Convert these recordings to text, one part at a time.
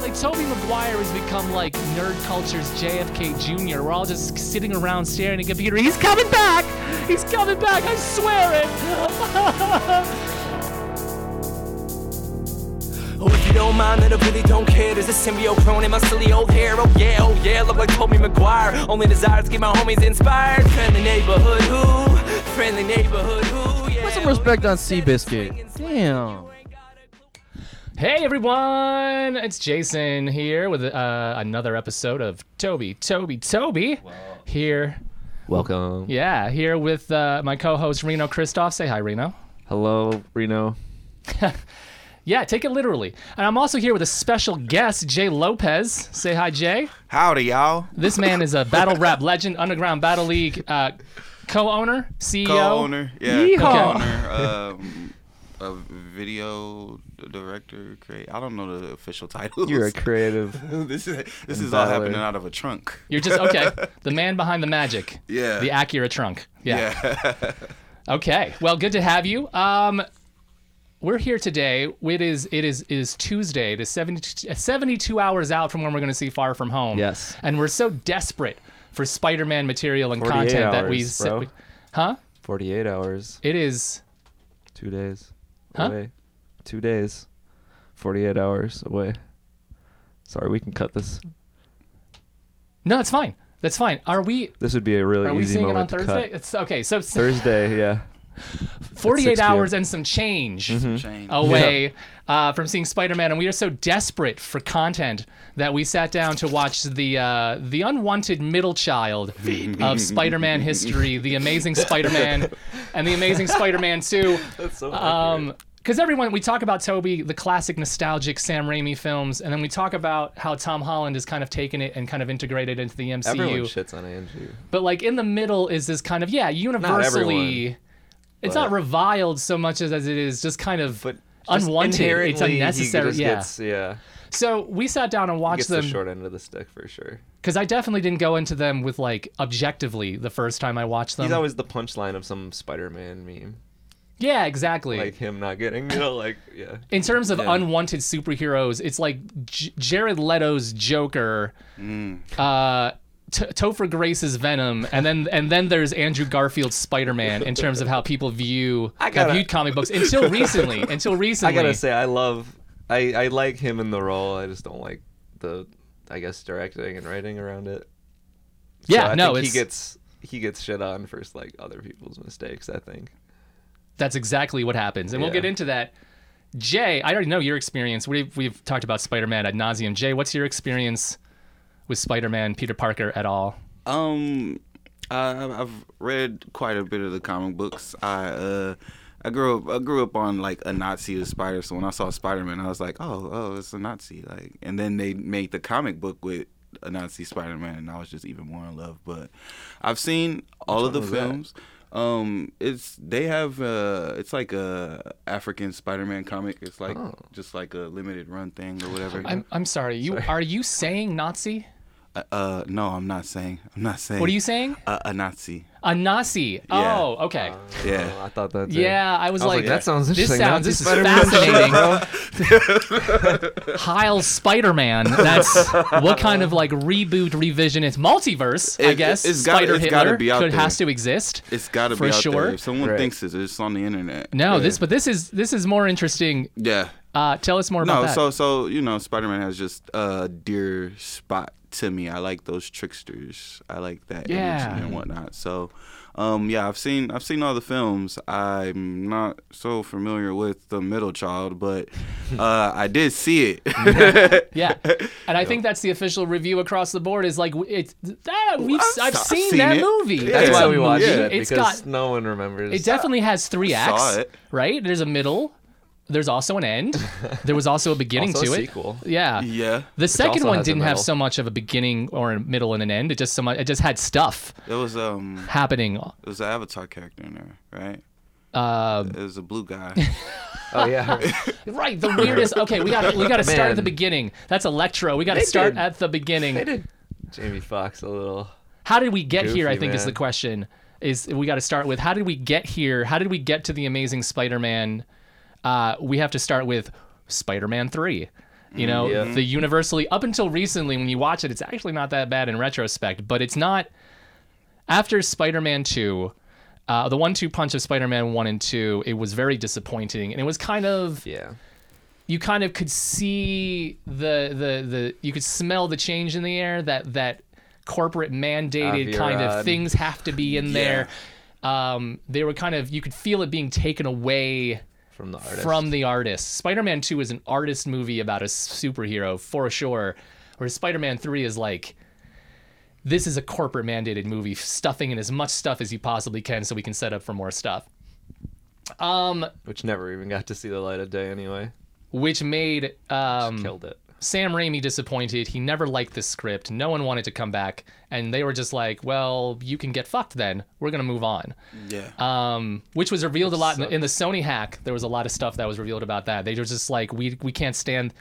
like Toby Maguire has become like nerd culture's JFK Jr. We're all just sitting around staring at a computer. He's coming back! He's coming back! I swear it! Oh, if you don't mind, then I really don't care. There's a symbiote grown in my silly old hair. Oh, yeah, oh, yeah, look like Toby Maguire. Only desire to get my homies inspired. Friendly neighborhood, who? Friendly neighborhood, who? Yeah. Put some respect on Seabiscuit. Damn. hey everyone! It's Jason here with uh, another episode of Toby, Toby, Toby. Here, Welcome. yeah, here with uh, my co-host Reno Kristoff. Say hi, Reno. Hello, Reno. Yeah, take it literally. And I'm also here with a special guest, Jay Lopez. Say hi, Jay. Howdy, y'all. This man is a battle rap legend, underground battle league uh, co-owner, E CEO. Co-owner, yeah, Yeehaw. co-owner, um, a video director, create. I don't know the official title. You're a creative. this is this is all Valor. happening out of a trunk. You're just okay. The man behind the magic. Yeah. The Acura trunk. Yeah. yeah. Okay. Well, good to have you. Um, we're here today. It is it is it is Tuesday. It is 72, 72 hours out from when we're going to see Far From Home. Yes. And we're so desperate for Spider-Man material and content that we, hours, sit- bro. we- huh? 48 hours, It is two days Huh? away. Two days, 48 hours away. Sorry, we can cut this. no, it's fine. That's fine. Are we? This would be a really Are we easy seeing it on moment to Thursday? cut. It's okay. So it's Thursday, yeah. 48 6 hours p.m. and some change Shame. Oh, away uh, from seeing Spider-Man, and we are so desperate for content that we sat down to watch the uh, the unwanted middle child of Spider-Man history, the Amazing Spider-Man, and the Amazing Spider-Man Two. That's so um, because everyone, we talk about Toby, the classic nostalgic Sam Raimi films, and then we talk about how Tom Holland has kind of taken it and kind of integrated it into the MCU. Everyone shits on Andrew. But like in the middle is this kind of yeah universally, it's not but- reviled so much as, as it is just kind of unwanted. It's Inherently, he unnecessary. just yeah. gets- yeah. So we sat down and Gets watched the them short end of the stick for sure. because I definitely didn't go into them with like objectively the first time I watched them. He's always the punchline of some Spider-Man meme, yeah, exactly. like him not getting, you know, like yeah. in terms of Yeah. unwanted superheroes, it's like J- Jared Leto's Joker, Mm. uh, T- Topher Grace's Venom, and then and then there's Andrew Garfield's Spider Man. In terms of how people view I have gotta- viewed comic books until recently, until I recently, gotta say, I love, I I like him in the role. I just don't like the, I guess directing and writing around it. So yeah, I no, think it's he gets he gets shit on for like other people's mistakes. I think. that's exactly what happens, and we'll Yeah. get into that. Jay, I already know your experience. We've we've talked about Spider Man ad nauseum. Jay, what's your experience with Spider Man, Peter Parker at all? Um, I, I've read quite a bit of the comic books. I uh, I grew up I grew up on like a Nazi of spider. So when I saw Spider Man, I was like, oh, oh, it's a Nazi. Like, and then they made the comic book with a Nazi Spider Man, and I was just even more in love. But I've seen all of the films. Um, it's they have uh, it's like a African Spider Man comic. It's like just like a limited run thing or whatever. Oh. I'm I'm sorry. You are you saying Nazi? uh, uh, no, I'm not saying. I'm not saying. What are you saying? A, a Nazi. A Nazi. Yeah. Uh, Oh, okay. Yeah. Oh, I thought that. Too. yeah, I was, I was like, like, that sounds This interesting. sounds Nazi this is Spider-Man shit, fascinating. bro. Heil Spider-Man. That's what kind of like reboot revisionist multiverse? I It- guess it's gotta- Spider it's gotta Hitler be out could, there. has to exist. It's got to For be out sure. there. If someone Right. thinks it's, it's on the internet. No, this but this is this is more interesting. Yeah. Uh, tell us more about No, that. so so you know, Spider Man has just a dear spot to me. I like those tricksters. I like that Yeah. energy and whatnot. So, um, yeah, I've seen I've seen all the films. I'm not so familiar with the middle child, but uh, I did see it. yeah, and I think that's the official review across the board. Is like it's that we've I've- I've, I've seen, seen that it. movie. Yeah. That's It's why a we watched movie. it It's got because no one remembers. It definitely has three saw acts, it. right? There's a middle. There's also an end. There was also a beginning Also a to it. sequel. Yeah. yeah, The second also one has a didn't have middle. so much of a beginning or a middle and an end. It just so much. It just had stuff it was um, happening. it was an Avatar character in there, right? Uh, It was a blue guy. Oh yeah. right. The weirdest. Okay, we got to we got to start at the Man. beginning. That's Electro. We got to They start did- at the beginning. they did Jamie Foxx a little. how did we get here i Goofy, think is man. the question is we got to start with how did we get here how did we get to the amazing spider-man uh, we have to start with spider-man 3 You know, Mm, Yeah. the universally up until recently when you watch it, it's actually not that bad in retrospect, but it's not after Spider-Man 2, uh, the one-two punch of Spider-Man 1 and 2, it was very disappointing and it was kind of Yeah. you kind of could see the the the you could smell the change in the air that that corporate mandated Avi kind of Arad. things have to be in there. Um, they were kind of you could feel it being taken away From the artist. from the artist. Spider-Man 2 is an artist movie about a superhero for sure, whereas Spider-Man 3 is like this is a corporate mandated movie stuffing in as much stuff as you possibly can so we can set up for more stuff. Um which never even got to see the light of day anyway. which made um Killed it. Sam Raimi disappointed. He never liked the script. No one wanted to come back, and they were just like, "Well, you can get fucked. Then we're gonna move on." Yeah. Um, which was revealed a lot in the, sucks. in the Sony hack. There was a lot of stuff that was revealed about that. They were just like, "We we can't stand."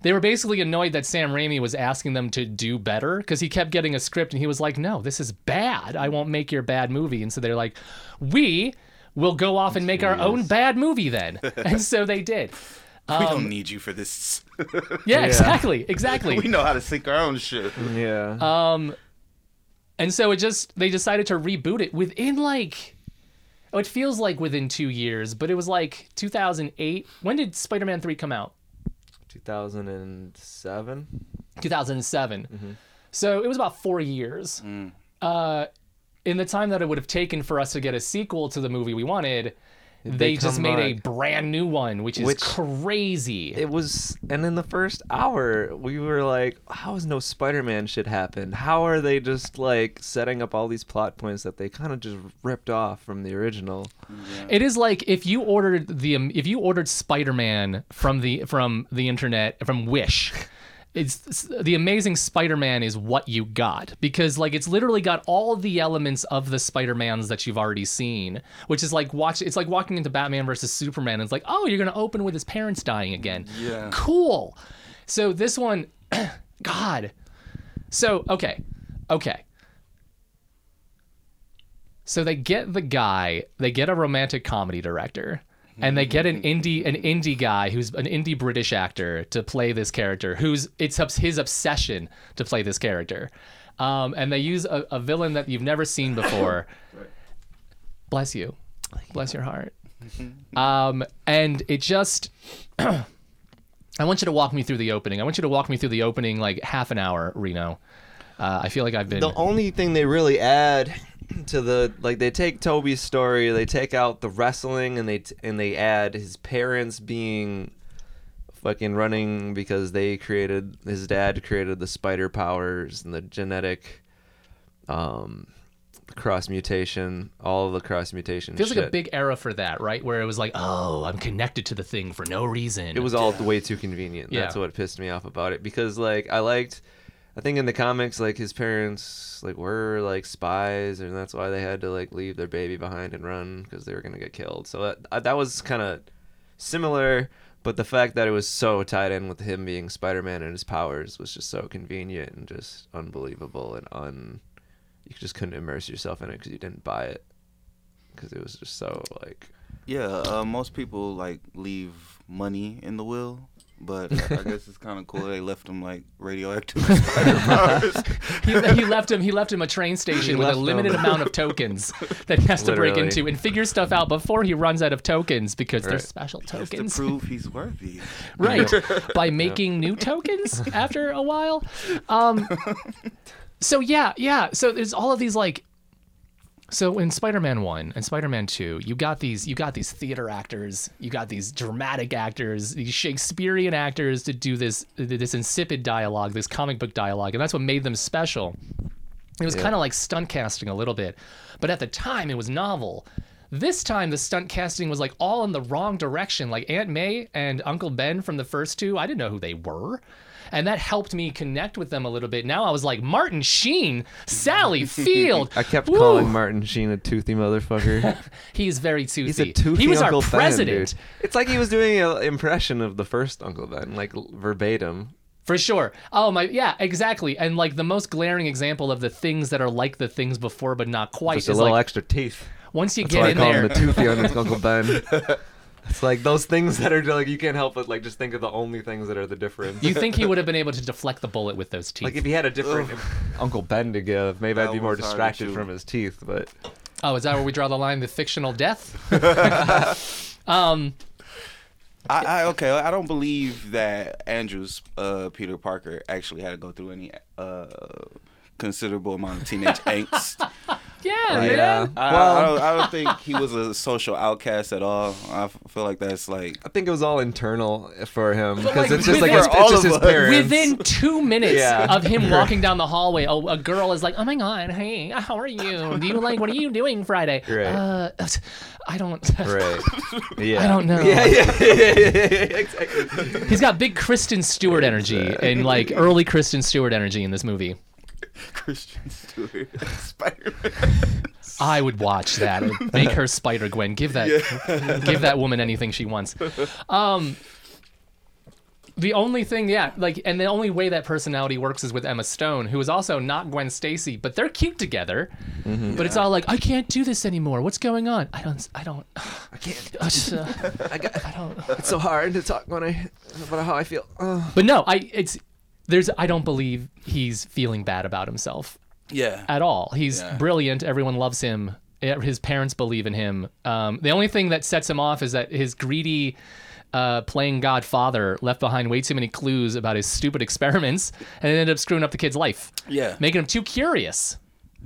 They were basically annoyed that Sam Raimi was asking them to do better because he kept getting a script and he was like, "No, this is bad. I won't make your bad movie." And so they're like, "We will go off and make our own bad movie then." and so they did. we um, don't need you for this. Yeah, exactly, exactly. we know how to sink our own ship. Yeah. Uh, And so it just they decided to reboot it within like oh it feels like within 2 years, but it was like 2008. When did Spider-Man 3 come out? 2007. 2007. Mm-hmm. So it was about 4 years. Mm. Uh in the time that it would have taken for us to get a sequel to the movie we wanted, they, they just come made a back? brand new one, which is Which- crazy. It was, and in the first hour, we were like, "How is no Spider-Man shit happened? How are they just like setting up all these plot points that they kind of just ripped off from the original?" It is like if you ordered the um, if you ordered Spider-Man from the from the internet from Wish. It's the amazing Spider-Man is what you got because like it's literally got all the elements of the Spider-Mans that you've already seen, which is like watch it's like walking into Batman versus Superman. It's like, "Oh, you're going to open with his parents dying again." Yeah. Cool. So this one god. So, okay. Okay. So they get the guy, they get a romantic comedy director, and they get an indie an indie guy who's an indie British actor to play this character. Who's it's obs- his obsession to play this character, um, and they use a, a villain that you've never seen before. Bless you, bless your heart. Um, and it just. I want you to walk me through the opening. I want you to walk me through the opening like half an hour, Reno. Uh, I feel like I've been. The only thing they really add to the like they take Toby's story, they take out the wrestling, and they t- and they add his parents being fucking running because they created his dad created the spider powers and the genetic um cross mutation, all the cross mutation. feels like a shit. big era for that, right? Where it was like, oh, I'm connected to the thing for no reason. It was all way too convenient. Yeah. That's what pissed me off about it because like I liked I think in the comics like his parents like were like spies and that's why they had to like leave their baby behind and run because they were going to get killed. So that I- that was kind of similar but the fact that it was so tied in with him being Spider-Man and his powers was just so convenient and just unbelievable and un you just couldn't immerse yourself in it cuz you didn't buy it cuz it was just so like Yeah, uh, most people like leave money in the will, but I, I guess it's kind of cool they left them like radioactive spider powers. he, he left him. He left him a train station with a left limited him. amount of tokens that he has to break Literally. into and figure stuff out before he runs out of tokens because they're Right. special Just to tokens, prove he's worthy. right? By making new tokens after a while. Um, so yeah, yeah. So there's all of these like. So in Spider-Man One and Spider-Man Two, you got these you got these theater actors, you got these dramatic actors, these Shakespearean actors to do this this insipid dialogue, this comic book dialogue, and that's what made them special. It was kind of like stunt casting a little bit, but at the time it was novel. This time the stunt casting was like all in the wrong direction. Like Aunt May and Uncle Ben from the first two, I didn't know who they were. And that helped me connect with them a little bit. Now I was like, Martin Sheen, Sally Field. I kept Woo! calling Martin Sheen a toothy motherfucker. He's very toothy. He's a toothy He was Uncle our Ben, president dude. It's like he was doing an impression of the first Uncle Ben, like l- verbatim. for sure. Oh my, yeah, exactly. And like the most glaring example of the things that are like the things before but not quite Just a is little like extra teeth. once you That's why get I in call there. him the toothy un- Uncle Ben. It's like those things that are like you can't help but like just think of the only things that are the difference. You think he would have been able to deflect the bullet with those teeth? like if he had a different Uncle Ben to give, maybe That I'd be more one's hard to distracted chew. from his teeth. But oh, is that where we draw the line? The fictional death? I, I okay. I don't believe that Andrews uh, Peter Parker actually had to go through any uh, considerable amount of teenage angst. Yeah, Oh, yeah, man. I, well, I, don't, I don't think he was a social outcast at all. I f- feel like that's like I think it was all internal for him like, because it's just like within- his, For all it's just of his us. parents. Within two minutes Yeah. of him walking down the hallway, a, a girl is like, "Oh my god, hey, how are you? Do you like? What are you doing Friday? Right. Uh, I don't. right? Yeah, I don't know. Yeah, yeah, yeah, yeah, yeah, yeah, exactly. He's got big Kristen Stewart energy and like early Kristen Stewart energy in this movie. Christian Stewart Spider Man. I would watch that. Make her Spider Gwen. Give that give that woman anything she wants. Um the only thing, yeah, like, and the only way that personality works is with Emma Stone, who is also not Gwen Stacy, but they're cute together. Mm-hmm. But it's all like, I can't do this anymore. What's going on? I don't, I don't, I can't. I just, uh, I got, I don't. it's so hard to talk when I about how I feel. Ugh. But no, I, it's, there's, I don't believe he's feeling bad about himself. Yeah. at all. He's Yeah. brilliant. Everyone loves him. Eh, His parents believe in him. Um, the only thing that sets him off is that his greedy uh, playing Godfather left behind way too many clues about his stupid experiments and ended up screwing up the kid's life, Yeah. Eh. making him too curious.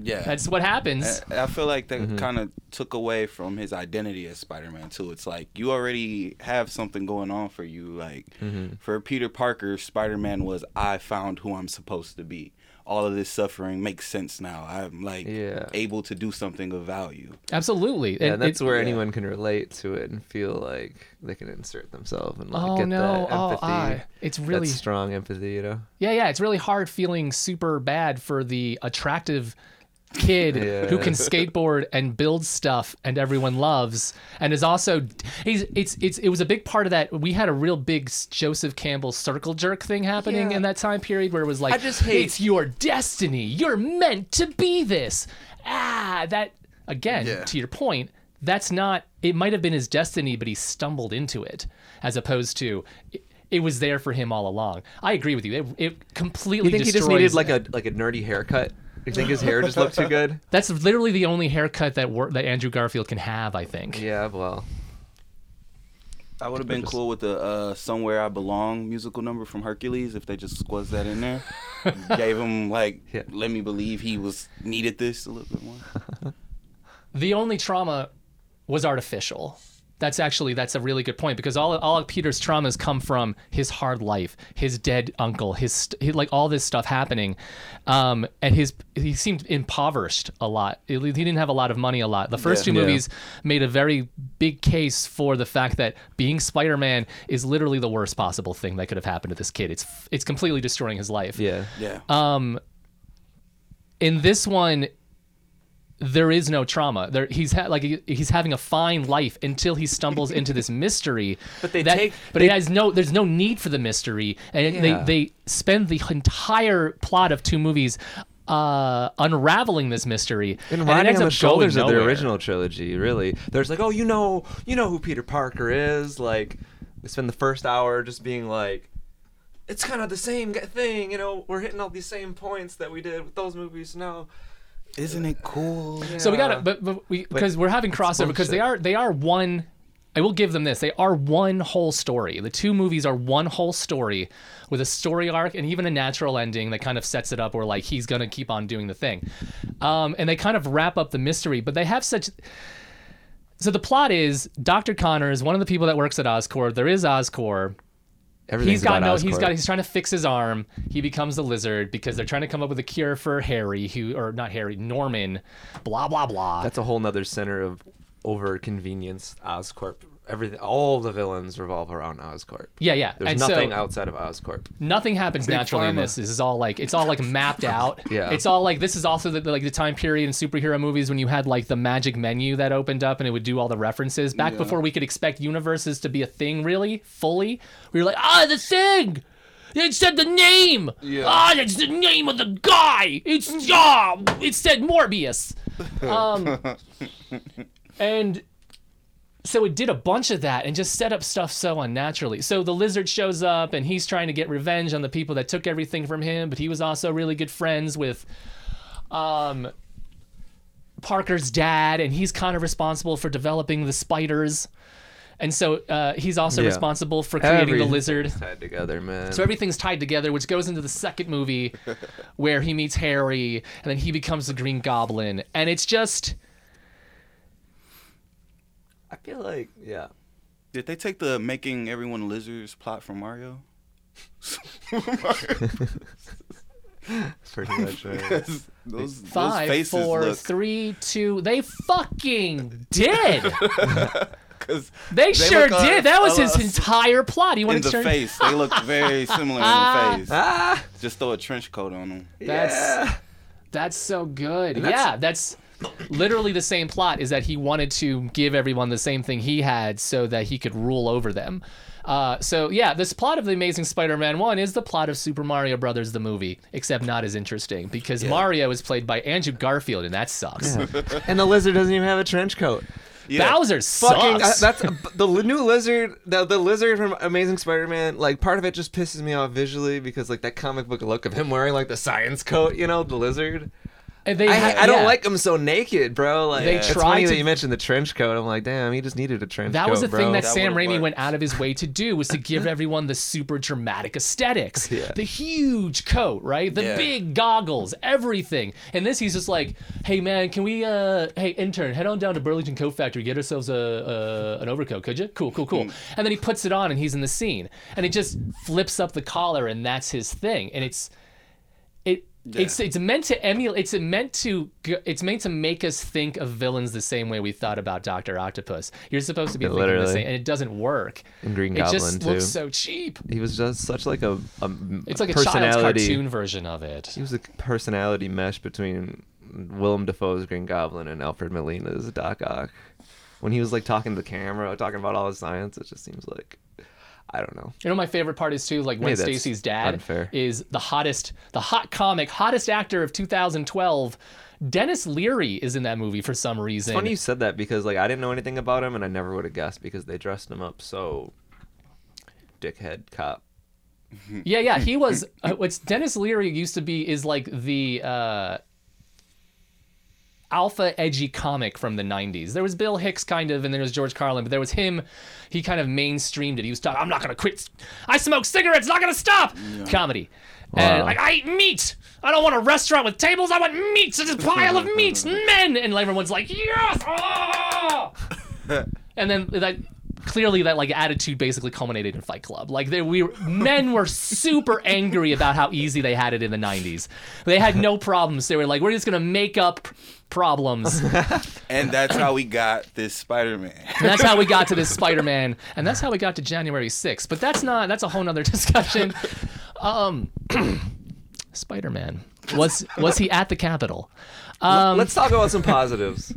yeah. That's what happens. I I feel like that Mm-hmm. kind of took away from his identity as Spider-Man too. It's like you already have something going on for you. Like Mm-hmm. for Peter Parker, Spider-Man was I found who I'm supposed to be. All of this suffering makes sense now. I'm like Yeah. able to do something of value. Absolutely. Yeah, And that's it- where anyone can relate to it and feel like they can insert themselves and like Oh get no! that Oh, empathy. I. It's That really strong empathy, you know. Yeah, yeah, it's really hard feeling super bad for the attractive kid Yeah. who can skateboard and build stuff and everyone loves and is also he's it's it's it was a big part of that we had a real big s- Joseph Campbell circle jerk thing happening in that time period where it was like I just hate- it's your destiny you're meant to be this ah that again Yeah. to your point that's not it might have been his destiny but he stumbled into it as opposed to it, it was there for him all along i agree with you it, it completely You think he just destroys- needed like a like a nerdy haircut? You think his hair just looked too good? that's literally the only haircut that wor- that andrew garfield can have i think Yeah, well, I would have been cool with the uh, "Somewhere I Belong" musical number from Hercules if they just squeezed that in there. Gave him like, Yeah. let me believe he was needed this a little bit more. the only trauma was artificial. That's actually that's a really good point because all all of Peter's traumas come from his hard life, his dead uncle, his, st- his like all this stuff happening, um, and his he seemed impoverished a lot. He he didn't have a lot of money a lot. The first two Yeah. movies made a very big case for the fact that being Spider-Man is literally the worst possible thing that could have happened to this kid. It's it's completely destroying his life yeah. Yeah. in this one there is no trauma there he's ha- like he- he's having a fine life until he stumbles into this mystery but they take- but it has no there's no need for the mystery and Yeah. they they spend the entire plot of two movies uh, unraveling this mystery And it riding ends on up going the shoulders of the nowhere. original trilogy, really. There's like, oh, you know, you know who Peter Parker is. Like, they spend the first hour just being like, it's kind of the same g- thing, you know. We're hitting all these same points that we did with those movies now. Isn't it cool? So we Yeah. gotta, but, but we because we're having crossover because they are bullshit. they are one. I will give them this. They are one whole story. The two movies are one whole story with a story arc and even a natural ending that kind of sets it up where like he's gonna keep on doing the thing, um, and they kind of wrap up the mystery. But they have such. So the plot is Dr. Connor is one of the people that works at Oscorp. There is Oscorp Everything's he's got no about he's Oscorp. got he's trying to fix his arm he becomes the lizard because they're trying to come up with a cure for harry who or not harry norman blah blah blah That's a whole nother center of over convenience. Oscorp. Everything. All the villains revolve around Oscorp. yeah yeah There's and nothing so outside of Oscorp. nothing happens naturally in pharma. this this is all like it's all like mapped out Yeah. it's all like this is also the, like the time period in superhero movies when you had like the magic menu that opened up and it would do all the references back before we could expect universes to be a thing really fully we were like ah the thing It said the name. Ah, that's the name of the guy. It's ah, it said Morbius. Um, and so it did a bunch of that and just set up stuff so unnaturally. So the lizard shows up and he's trying to get revenge on the people that took everything from him, but he was also really good friends with um Parker's dad and he's kind of responsible for developing the spiders. And so uh, he's also Yeah. responsible for creating the Everything's lizard. tied together, man. So everything's tied together, which goes into the second movie where he meets Harry and then he becomes the Green Goblin. And it's just I feel like yeah. Did they take the making everyone lizards plot from Mario? Pretty much right. those, those five, faces four, look- three, two. They fucking did. 'cause They, sure look, uh, did. That was uh, his entire plot. He in wanted the to turn. face. They look very similar in the face. Just throw a trench coat on them. That's that's so good. yeah, that's literally the same plot. Is that he wanted to give everyone the same thing he had so that he could rule over them. Uh, so yeah, this plot of the Amazing Spider-Man One is the plot of Super Mario Brothers the movie, except not as interesting because Mario is played by Andrew Garfield, and that sucks. and the lizard doesn't even have a trench coat. Yeah. Bowser Fucking, uh, sucks. that's the li- new lizard. The, the lizard from Amazing Spider-Man. Like part of it just pisses me off visually because like that comic book look of him wearing like the science coat. You know, the lizard. And they I, had- I don't yeah. like him so naked, bro. Like They it's tried funny to- that you mentioned the trench coat. I'm like, damn, he just needed a trench That coat, was the bro. thing that, That Sam would've Raimi worked. went out of his way to do was to give everyone the super dramatic aesthetics. Yeah. The huge coat, right? The Yeah. big goggles, everything. And this he's just like, "Hey man, can we uh hey intern, head on down to Burlington Coat Factory, get ourselves a, a an overcoat, could you?" Cool, cool, Mm. cool. and then he puts it on and he's in the scene. And it just flips up the collar and that's his thing. And it's it it's it's meant to emulate. It's meant to g- it's meant to make us think of villains the same way we thought about Doctor Octopus. You're supposed to be thinking the Literally. same, and it doesn't work. And Green it just Goblin, looks too. so cheap. He was just such like a, a It's like a child's personality. cartoon version of it. He was a personality mesh between Willem Dafoe's Green Goblin and Alfred Molina's Doc Ock. When he was like talking to the camera, talking about all his science, it just seems like I don't know. You know, my favorite part is too, like when Hey, that's Stacy's dad unfair. is the hottest, the hot comic, hottest actor of 2012. Dennis Leary is in that movie for some reason. Funny you said that because like I didn't know anything about him and I never would have guessed because they dressed him up so dickhead cop. Yeah, yeah, he was. Uh, what's Dennis Leary used to be is like the uh, alpha edgy comic from the '90s. There was Bill Hicks kind of, and there was George Carlin, but there was him. He kind of mainstreamed it. He was talking, "I'm not gonna quit. I smoke cigarettes. Not gonna stop." Comedy. And Wow. like I eat meat. I don't want a restaurant with tables. I want meat. It's a pile of meat, men. And everyone's like, yes. Oh! and then that clearly that like attitude basically culminated in Fight Club. Like they, we men were super angry about how easy they had it in the '90s. They had no problems. They were like, we're just gonna make up problems. And And that's how we got this Spider-Man. that's how we got to this Spider-Man, and that's how we got to January 6th. But that's not. That's a whole nother discussion. Um, Spider-Man was was he at the Capitol? Um, Let's talk about some positives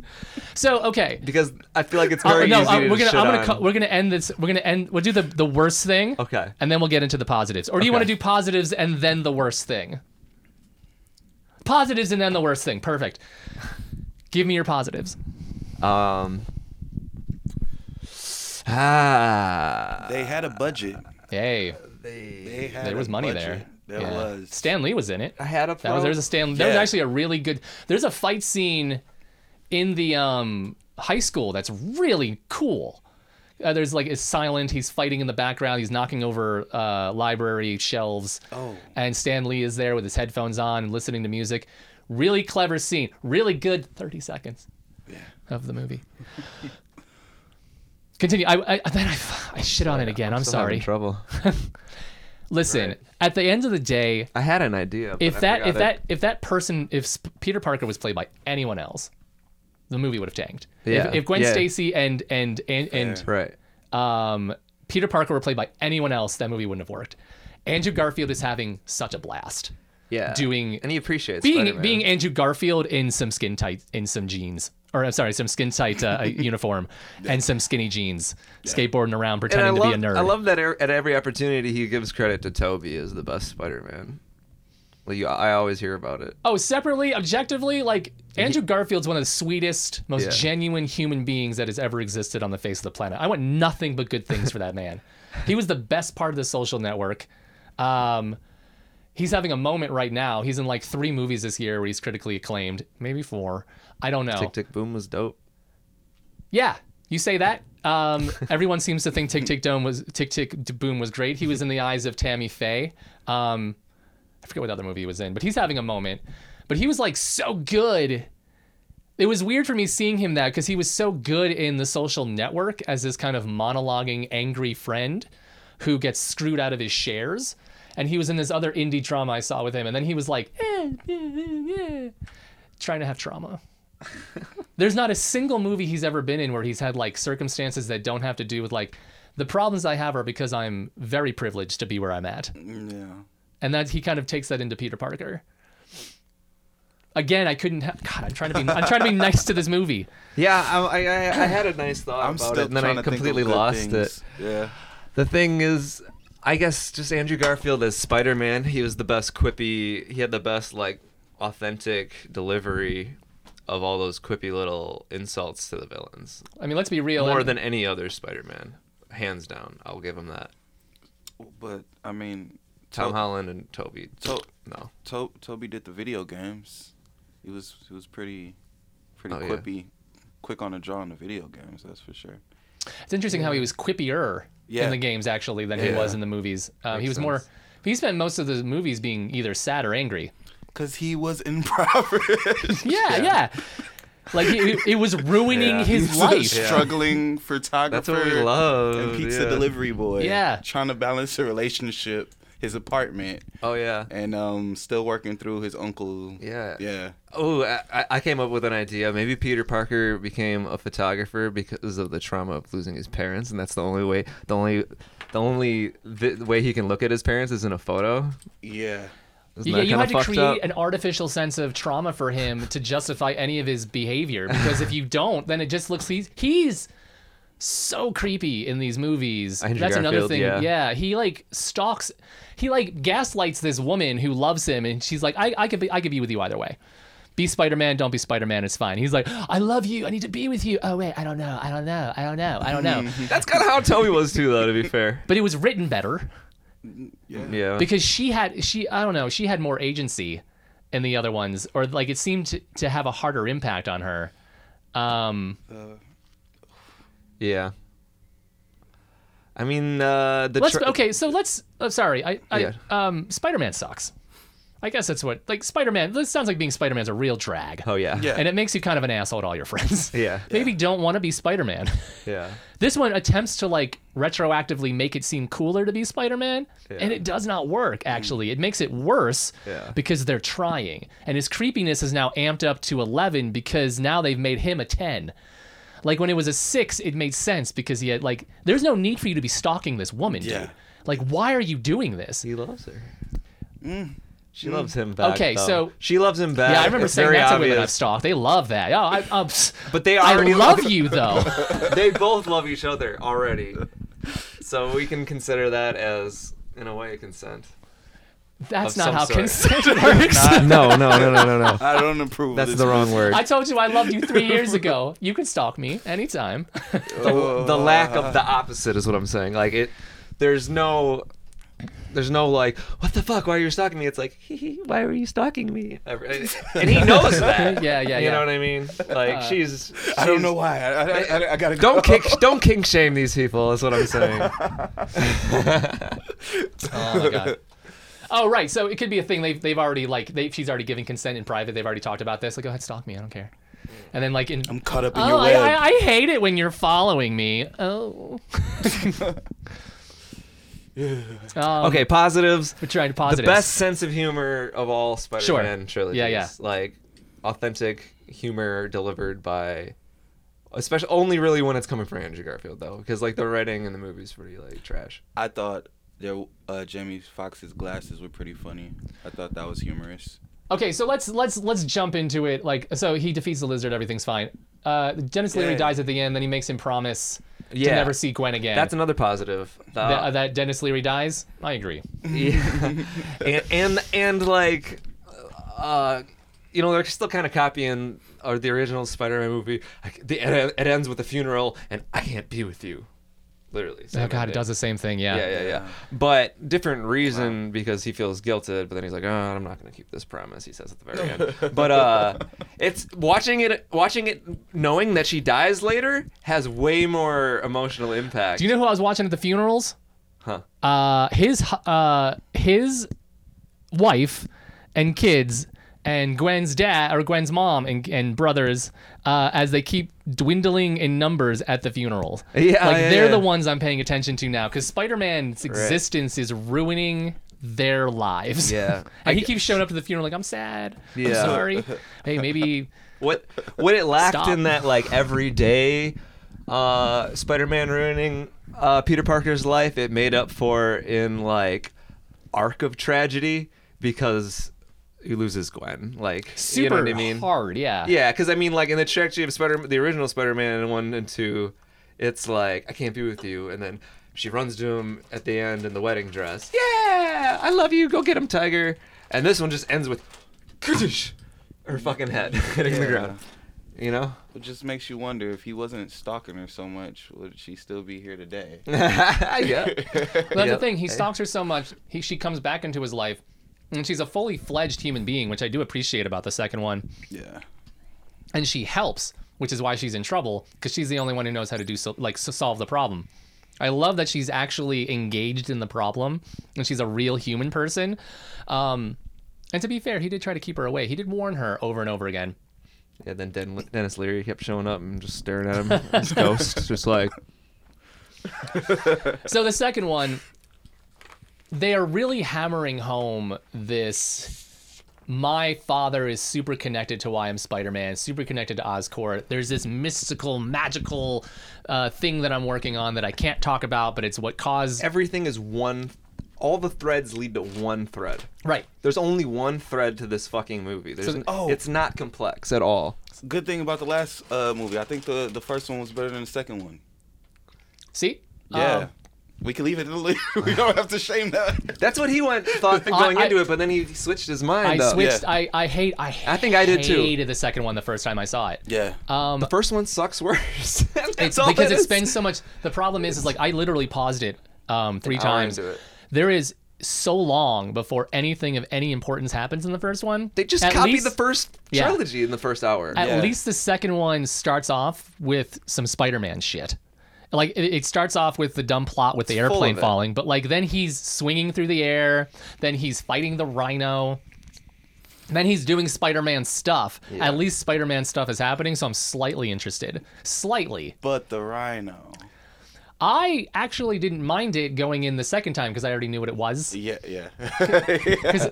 So okay. because I feel like it's Uh, very no, easy uh, to we're gonna shit I'm gonna on. co- we're gonna end this. We're gonna end. We'll do the the worst thing. Okay. And then we'll get into the positives. Or do you Okay. want to do positives and then the worst thing? Positives and then the worst thing. Perfect. Give me your positives. Um. Ah. They had a budget. Hey, They had there a was money budget. there. There Yeah. was. Stan Lee was in it. I had a. That was, there's a Stan. There was Yeah. actually a really good. There's a fight scene in the um, high school that's really cool. Uh, there's like it's silent. He's fighting in the background. He's knocking over uh, library shelves. Oh. And Stan Lee is there with his headphones on and listening to music. Really clever scene. Really good 30 seconds of the movie. Continue. I, I then I, I shit on it again. I'm, Still sorry. having Trouble. Listen, Right. at the end of the day, I had an idea. but if I that forgot if it. that if that person if Sp- Peter Parker was played by anyone else, the movie would have tanked. Yeah. If, if Gwen Yeah. Stacy and and and, and right. um, Peter Parker were played by anyone else, that movie wouldn't have worked. Andrew Garfield is having such a blast Yeah. doing and he appreciates being Spider-Man. being Andrew Garfield in some skin tight in some jeans. Or I'm sorry, some skin tight uh, uniform and some skinny jeans, skateboarding around And I pretending to love, e- be a nerd. I love that er- at every opportunity he gives credit to Toby as the best Spider-Man. Like you, I always hear about it. Oh, separately, objectively, like Andrew Garfield's one of the sweetest, most Yeah. genuine human beings that has ever existed on the face of the planet. I want nothing but good things for that man. He was the best part of the social network. Um, he's having a moment right now. He's in like three movies this year where he's critically acclaimed, maybe four. I don't know. Tick Tick Boom was dope. Yeah, you say that. Um, everyone seems to think Tick Tick Dome was Tick Tick D- Boom was great. He was in the eyes of Tammy Faye. Um, I forget what other movie he was in, but he's having a moment. But he was like so good. It was weird for me seeing him that because he was so good in the social network as this kind of monologuing, angry friend who gets screwed out of his shares. And he was in this other indie drama I saw with him. And then he was like, eh, eh, eh, eh, trying to have trauma. There's not a single movie he's ever been in where he's had like circumstances that don't have to do with like the problems I have are because I'm very privileged to be where I'm at. mm, Yeah. And that he kind of takes that into Peter Parker. Again, I couldn't. Ha- God, I'm trying to be. I'm trying to be nice to this movie. Yeah, I, I, I I had a nice thought I'm about still it, and then trying I to think of completely good lost it. things. Yeah. The thing is, I guess just Andrew Garfield as Spider Man, he was the best quippy. He had the best like authentic delivery of all those quippy little insults to the villains, I mean, let's be real. more and- than any other Spider Man, hands down. I'll give him that. But I mean, Tom Tob- Holland and Toby. To- no. To- Toby did the video games. He was he was pretty pretty Oh, yeah. quippy, quick on the draw in the video games. That's for sure. It's interesting how he was quippier Yeah. in the games actually than he Yeah. was in the movies. Um, he was Makes more. sense. He spent most of the movies being either sad or angry. Cause he was impoverished. Yeah, yeah. Like he, it was ruining Yeah. his He's a life. struggling That's photographer what we love. and pizza yeah. delivery boy. Yeah. Trying to balance a relationship, his apartment, Oh yeah. and um still working through his uncle. Yeah. Yeah. Oh, I, I- I came up with an idea. Maybe Peter Parker became a photographer because of the trauma of losing his parents, and that's the only way. The only, the only th- way he can look at his parents is in a photo. Yeah. Isn't Yeah, that you kinda had to fucked create up? an artificial sense of trauma for him to justify any of his behavior. Because if you don't, then it just looks he's he's so creepy in these movies. Andrew That's another Garfield, thing. yeah. he like stalks, he like gaslights this woman who loves him, and she's like, I I could be I could be with you either way. Be Spider Man, don't be Spider Man, it's fine. He's like, I love you, I need to be with you. Oh wait, I don't know, I don't know, I don't know, I don't know. That's kind of how Toby was too, though. To be fair. but it was written better. Yeah. because she had she I don't know she had more agency in the other ones or like it seemed to, to have a harder impact on her. Um, Uh, yeah. I mean, uh, the let's tra- okay, so let's I'm sorry, I, I Yeah. um Spider Man sucks. I guess that's what like Spider Man. This sounds like being Spider Man's a real drag. Oh yeah. Yeah. And it makes you kind of an asshole to all your friends. Yeah. Maybe don't want to be Spider Man. Yeah. this one attempts to like retroactively make it seem cooler to be Spider-Man, and it does not work. Actually, it makes it worse Mm. Yeah. because they're trying, and his creepiness is now amped up to eleven because now they've made him a ten. Like when it was a six, it made sense because he had like there's no need for you to be stalking this woman, Yeah. dude. Like why are you doing this? He loves her. Mm. She loves him back. Okay, though. so- she loves him back. Yeah, I remember It's saying very that to women I've obvious. stalked. They love that. Oh, I, um, But they I already love you though. they both love each other already. So we can consider that as, in a way, consent. That's Of not some how sort. consent works. No, no, no, no, no, no. I don't approve. of That's this the wrong word. I told you I loved you three years ago. You can stalk me anytime. The, the lack of the opposite is what I'm saying. Like it, there's no, there's no like, what the fuck? Why are you stalking me? It's like, hee hee, why were you stalking me? And he knows that. Yeah, yeah, You yeah. Uh, know what I mean? Like she's, I don't she's- know why. I, I, I, I gotta go. Don't kick, don't kink shame these people. Is what I'm saying. Oh my god. Oh right, so it could be a thing. They've they've already like they she's already given consent in private. They've already talked about this. Like go ahead, stalk me. I don't care. And then like in I'm caught up in oh your I, web. I, I hate it when you're following me. Oh. Um, Okay, positives. We're trying to the positive. best sense of humor of all Spider-Man trilogies. Yeah, yeah. Like authentic humor delivered by, especially only really when it's coming from Andrew Garfield though, because like the writing in the movie's pretty like trash. I thought there, uh, Jamie Foxx's glasses were pretty funny. I thought that was humorous. Okay, so let's let's let's jump into it. Like so, he defeats the lizard. Everything's fine. Uh, Dennis Leary Yeah. dies at the end. Then he makes him promise to Yeah. never see Gwen again. That's another positive. Uh, That- uh, that Dennis Leary dies. I agree. yeah. and, and and like, uh, you know, they're still kind of copying or the original Spider-Man movie. I c- the, it, it ends with a funeral, and I can't be with you. Literally. Oh God, it does the same thing. Yeah. Yeah, yeah, yeah. But different reason because he feels guilted, but then he's like, "Oh, I'm not going to keep this promise." He says at the very end. But uh it's watching it watching it knowing that she dies later has way more emotional impact. Do you know who I was watching at the funerals? Huh. Uh, his hu- uh, his wife and kids and Gwen's dad or Gwen's mom and, and brothers uh, as they keep dwindling in numbers at the funerals. Yeah, like yeah, they're yeah. the ones I'm paying attention to now because Spider-Man's existence is ruining their lives. Yeah. and he keeps showing up to the funeral like I'm sad. I'm Yeah. sorry. hey, maybe what what it lacked Stop. in that like everyday uh Spider-Man ruining uh Peter Parker's life, it made up for in like arc of tragedy because he loses Gwen. Like super you know what I mean? hard. Yeah. Yeah, because I mean, like in the trajectory of Spider, the original Spider-Man one and two, it's like I can't be with you, and then she runs to him at the end in the wedding dress. Yeah, I love you. Go get him, Tiger. And this one just ends with, "Kadoosh," her fucking head hitting the Yeah. ground. You know? It just makes you wonder if he wasn't stalking her so much, would she still be here today? yeah. But that's Yep. the thing. He stalks her so much. He, she comes back into his life, and she's a fully fledged human being, which I do appreciate about the second one. yeah. And she helps, which is why she's in trouble because she's the only one who knows how to do so, like so solve the problem. I love that she's actually engaged in the problem and she's a real human person. Um, and to be fair, he did try to keep her away. He did warn her over and over again. Yeah. Then Den- Dennis Leary kept showing up and just staring at him, his ghost, just like. so the second one they are really hammering home this my father is super connected to why I'm Spider-Man, super connected to Oscorp. There's this mystical, magical uh, thing that I'm working on that I can't talk about, but it's what caused Everything is one. All the threads lead to one thread. right. There's only one thread to this fucking movie. There's So- n- oh. it's not complex at all. Good thing about the last uh, movie, I think the the first one was better than the second one. See? Oh. Yeah. Um, we can leave it. in the We don't have to shame that. That's what he went thought going I- into it, but then he switched his mind. I though. switched. Yeah. I, I hate. I, I think I did too. Hated the second one the first time I saw it. Yeah. Um, The first one sucks worse. That's It's all because it it is. spends so much. The problem is, is like I literally paused it um, three hour times. into it. There is so long before anything of any importance happens in the first one. They just At copied least- the first Yeah. trilogy in the first hour. At Yeah. least the second one starts off with some Spider-Man shit. Like it, it starts off with the dumb plot with the full airplane of it. falling, but like then he's swinging through the air, then he's fighting the Rhino. Then he's doing Spider-Man stuff. At least Spider-Man stuff is happening, so I'm slightly interested. Slightly. But the rhino. I actually didn't mind it going in the second time because I already knew what it was. Yeah, yeah. Because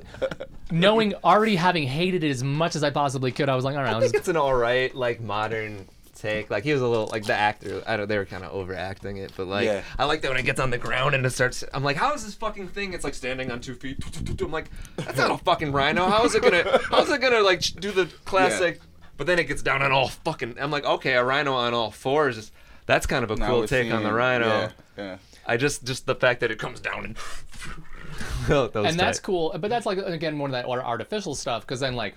knowing already having hated it as much as I possibly could, I was like, all right, I I'll think just, it's an all right, like modern take. Like he was a little like the actor. I don't. They were kind of overacting it, but like Yeah. I like that when it gets on the ground and it starts. I'm like, how is this fucking thing? It's like standing on two feet. I'm like, that's not a fucking rhino. How is it gonna? How's it gonna like do the classic? But then it gets down on all fucking. I'm like, okay, a rhino on all fours. Is, that's kind of a Now cool we're take on the seeing- rhino. Yeah, yeah. I just just the fact that it comes down and. That was and that's tight. cool. But that's like again more of that or- artificial stuff because then like.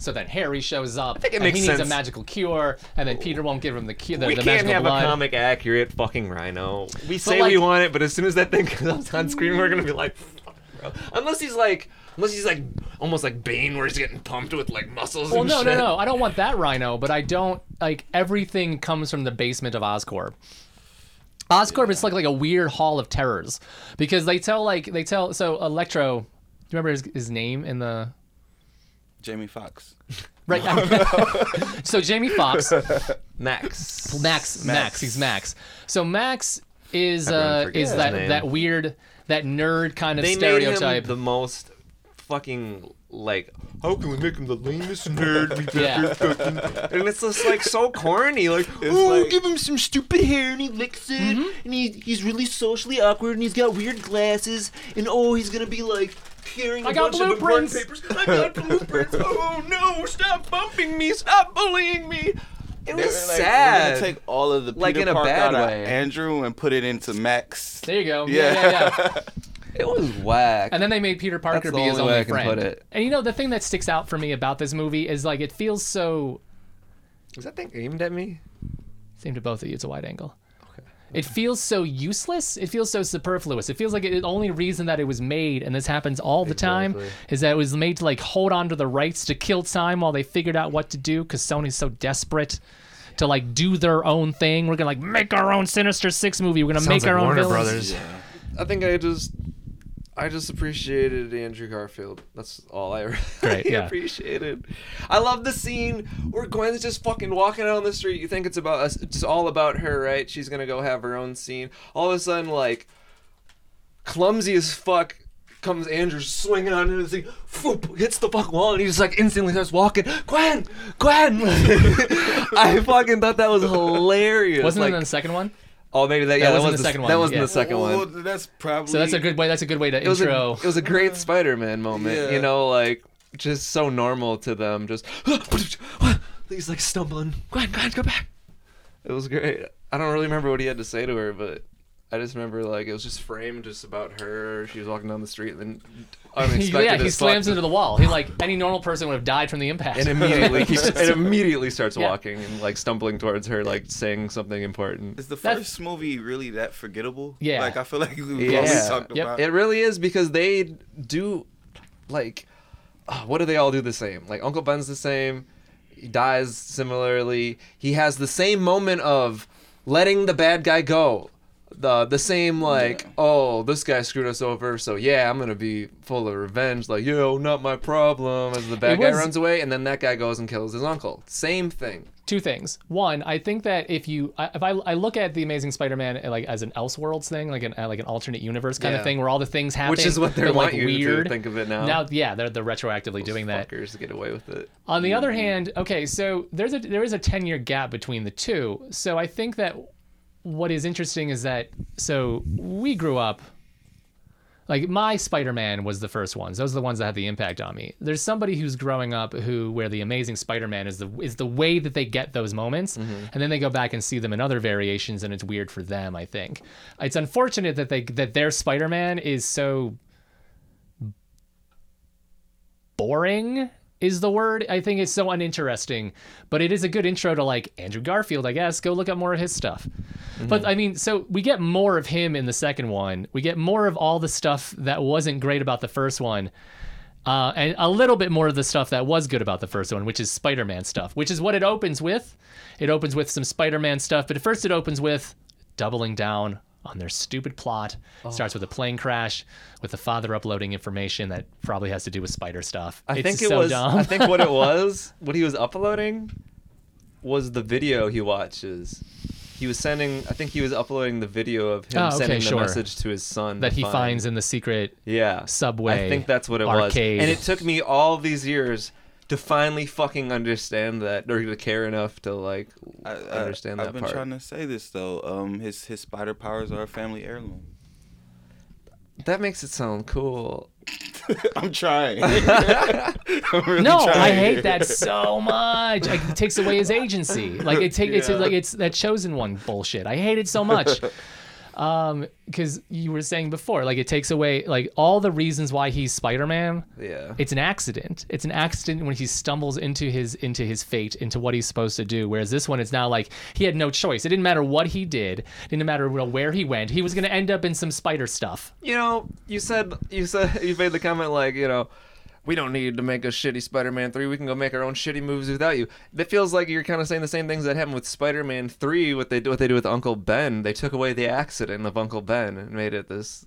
So then Harry shows up, think it and makes he needs sense. a magical cure, and then Peter won't give him the cure. The, we the can't magical have blood. a comic accurate fucking rhino. We say like- we want it, but as soon as that thing comes on screen, we're gonna be like, "Fuck, bro." unless he's like, unless he's like, almost like Bane, where he's getting pumped with like muscles. Well, and no, shit. no, no. I don't want that rhino, but I don't like everything comes from the basement of Oscorp. Oscorp is like like a weird hall of terrors because they tell like they tell so Electro. Do you remember his, his name in the Jamie Foxx. right? so Jamie Fox, Max. Max, Max, he's Max. So Max is Everyone uh, forgets is his that name. that weird that nerd kind of They made stereotype. him the most fucking like. How can we make him the lamest nerd we've Yeah. ever fucking? And it's just like so corny. Like, Oh, like- give him some stupid hair and he licks it, and he, he's really socially awkward, and he's got weird glasses, and oh, he's gonna be like carrying I a got bunch of important blueprints. papers. I got blueprints. Oh no! Stop bumping me! Stop bullying me! It was They were like, We're sad. gonna take all of the Peter Like, in a Park bad out of way. Andrew and put it into Max. There you go. Yeah, yeah, yeah. It was whack. And then they made Peter Parker That's the be his only only way I can friend. put it. And you know the thing that sticks out for me about this movie is like it feels so was that thing aimed at me? same to both of you. It's a wide angle. It feels so useless. It feels so superfluous. It feels like it, the only reason that it was made, and this happens all the time, Exactly. is that it was made to like hold on to the rights to kill time while they figured out what to do because Sony's so desperate to like do their own thing. We're gonna like make our own Sinister Six movie. We're gonna make our own villains. I think I just I just appreciated Andrew Garfield. That's all I really Great, yeah. appreciated. I love the scene where Gwen's just fucking walking out on the street. You think it's about us it's all about her, right? She's gonna go have her own scene. All of a sudden, like clumsy as fuck comes Andrew swinging on him and thing, whoop, hits the fuck wall, and he just like instantly starts walking. Gwen, Gwen. I fucking thought that was hilarious. Wasn't like, it in the second one? oh maybe that yeah that, was in was the the second one, That was in yeah. the second one Well, that's probably. So that's a good way. That's a good way to it was, intro. a, it was a great Spider-Man moment, Yeah. you know, like just so normal to them. Just he's like stumbling. Go ahead, go ahead, go back. It was great. I don't really remember what he had to say to her, but I just remember like it was just framed just about her. She was walking down the street and then unexpected. yeah, he as fuck, slams into the wall. He like any normal person would have died from the impact. and immediately he and immediately starts Yeah. walking and like stumbling towards her, like saying something important. Is the That's- first movie really that forgettable? Yeah. Like I feel like we Yeah. always talked Yep. about. It really is because they do, like, uh, what do they all do the same? Like Uncle Ben's the same. He dies similarly. He has the same moment of letting the bad guy go. The the same like oh this guy screwed us over so yeah I'm gonna be full of revenge like yo not my problem as the bad It guy was- runs away and then that guy goes and kills his uncle same thing two things. One, I think that if you, I- if I, I look at the Amazing Spider-Man uh, like as an Elseworlds thing, like an uh, like an alternate universe kind of Yeah. thing, where all the things happen, which is what they they're want like you weird. to think of it now now, yeah, they're they're retroactively doing that. fuckers get away with it On the other hand, okay, so there's a there is a 10 year gap between the two. So I think that what is interesting is that so we grew up like my Spider-Man was the first ones. Those are the ones that had the impact on me. There's somebody who's growing up who where the Amazing Spider-Man is the is the way that they get those moments, and then they go back and see them in other variations, and it's weird for them. I think it's unfortunate that they that their Spider-Man is so boring is the word. I think it's so uninteresting, but it is a good intro to like Andrew Garfield, I guess. Go look up more of his stuff. But I mean, so we get more of him in the second one. We get more of all the stuff that wasn't great about the first one. Uh, and a little bit more of the stuff that was good about the first one, which is Spider Man stuff, which is what it opens with. It opens with some Spider Man stuff, but at first it opens with doubling down on their stupid plot. Oh. It starts with a plane crash, with the father uploading information that probably has to do with spider stuff. I it's think it so was. dumb. I think what it was, what he was uploading, was the video he watches. He was sending. I think he was uploading the video of him Oh, okay, sending sure. the message to his son that to he find. finds in the secret. Yeah, Subway, I think that's what it arcade. was, and it took me all these years to finally fucking understand that, or to care enough to like I, understand have that Uh, been part. trying to say this though. Um, his his spider powers are a family heirloom. That makes it sound cool. I'm trying. I'm really No, trying I here. hate that so much. Like, it takes away his agency. Like it takes it's Yeah. like it's that chosen one bullshit. I hate it so much. Um, because you were saying before, like it takes away like all the reasons why he's Spider-Man. Yeah. It's an accident. It's an accident when he stumbles into his into his fate, into what he's supposed to do. Whereas this one, it's now like he had no choice. It didn't matter what he did. It didn't matter where he went. He was gonna end up in some spider stuff. you know, you said you said you made the comment like, you know, we don't need to make a shitty Spider-Man three. We can go make our own shitty movies without you. That feels like you're kind of saying the same things that happened with Spider-Man three. What they do, what they do with Uncle Ben. They took away the accident of Uncle Ben and made it this.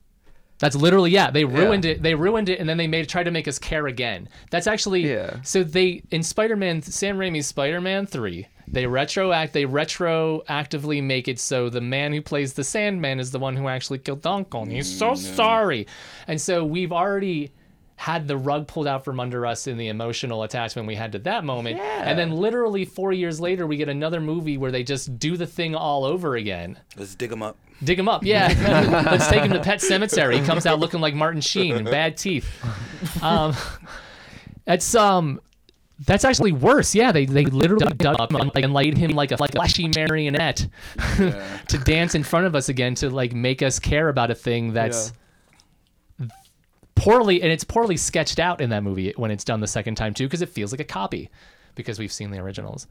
That's literally yeah. They ruined it. They ruined it, and then they made try to make us care again. That's actually Yeah. So they in Spider-Man, Sam Raimi's Spider-Man three, they retroact. They retroactively make it so the man who plays the Sandman is the one who actually killed Uncle, and he's so sorry. And so we've already had the rug pulled out from under us in the emotional attachment we had to that moment. And then literally four years later, we get another movie where they just do the thing all over again. Let's dig him up. Dig him up, yeah. Let's take him to Pet Cemetery. He comes out looking like Martin Sheen, bad teeth. Um, that's um, That's actually worse. Yeah, they, they literally dug up and, like, and laid him like a fleshy marionette to dance in front of us again to like make us care about a thing that's poorly and it's poorly sketched out in that movie when it's done the second time too because it feels like a copy because we've seen the originals.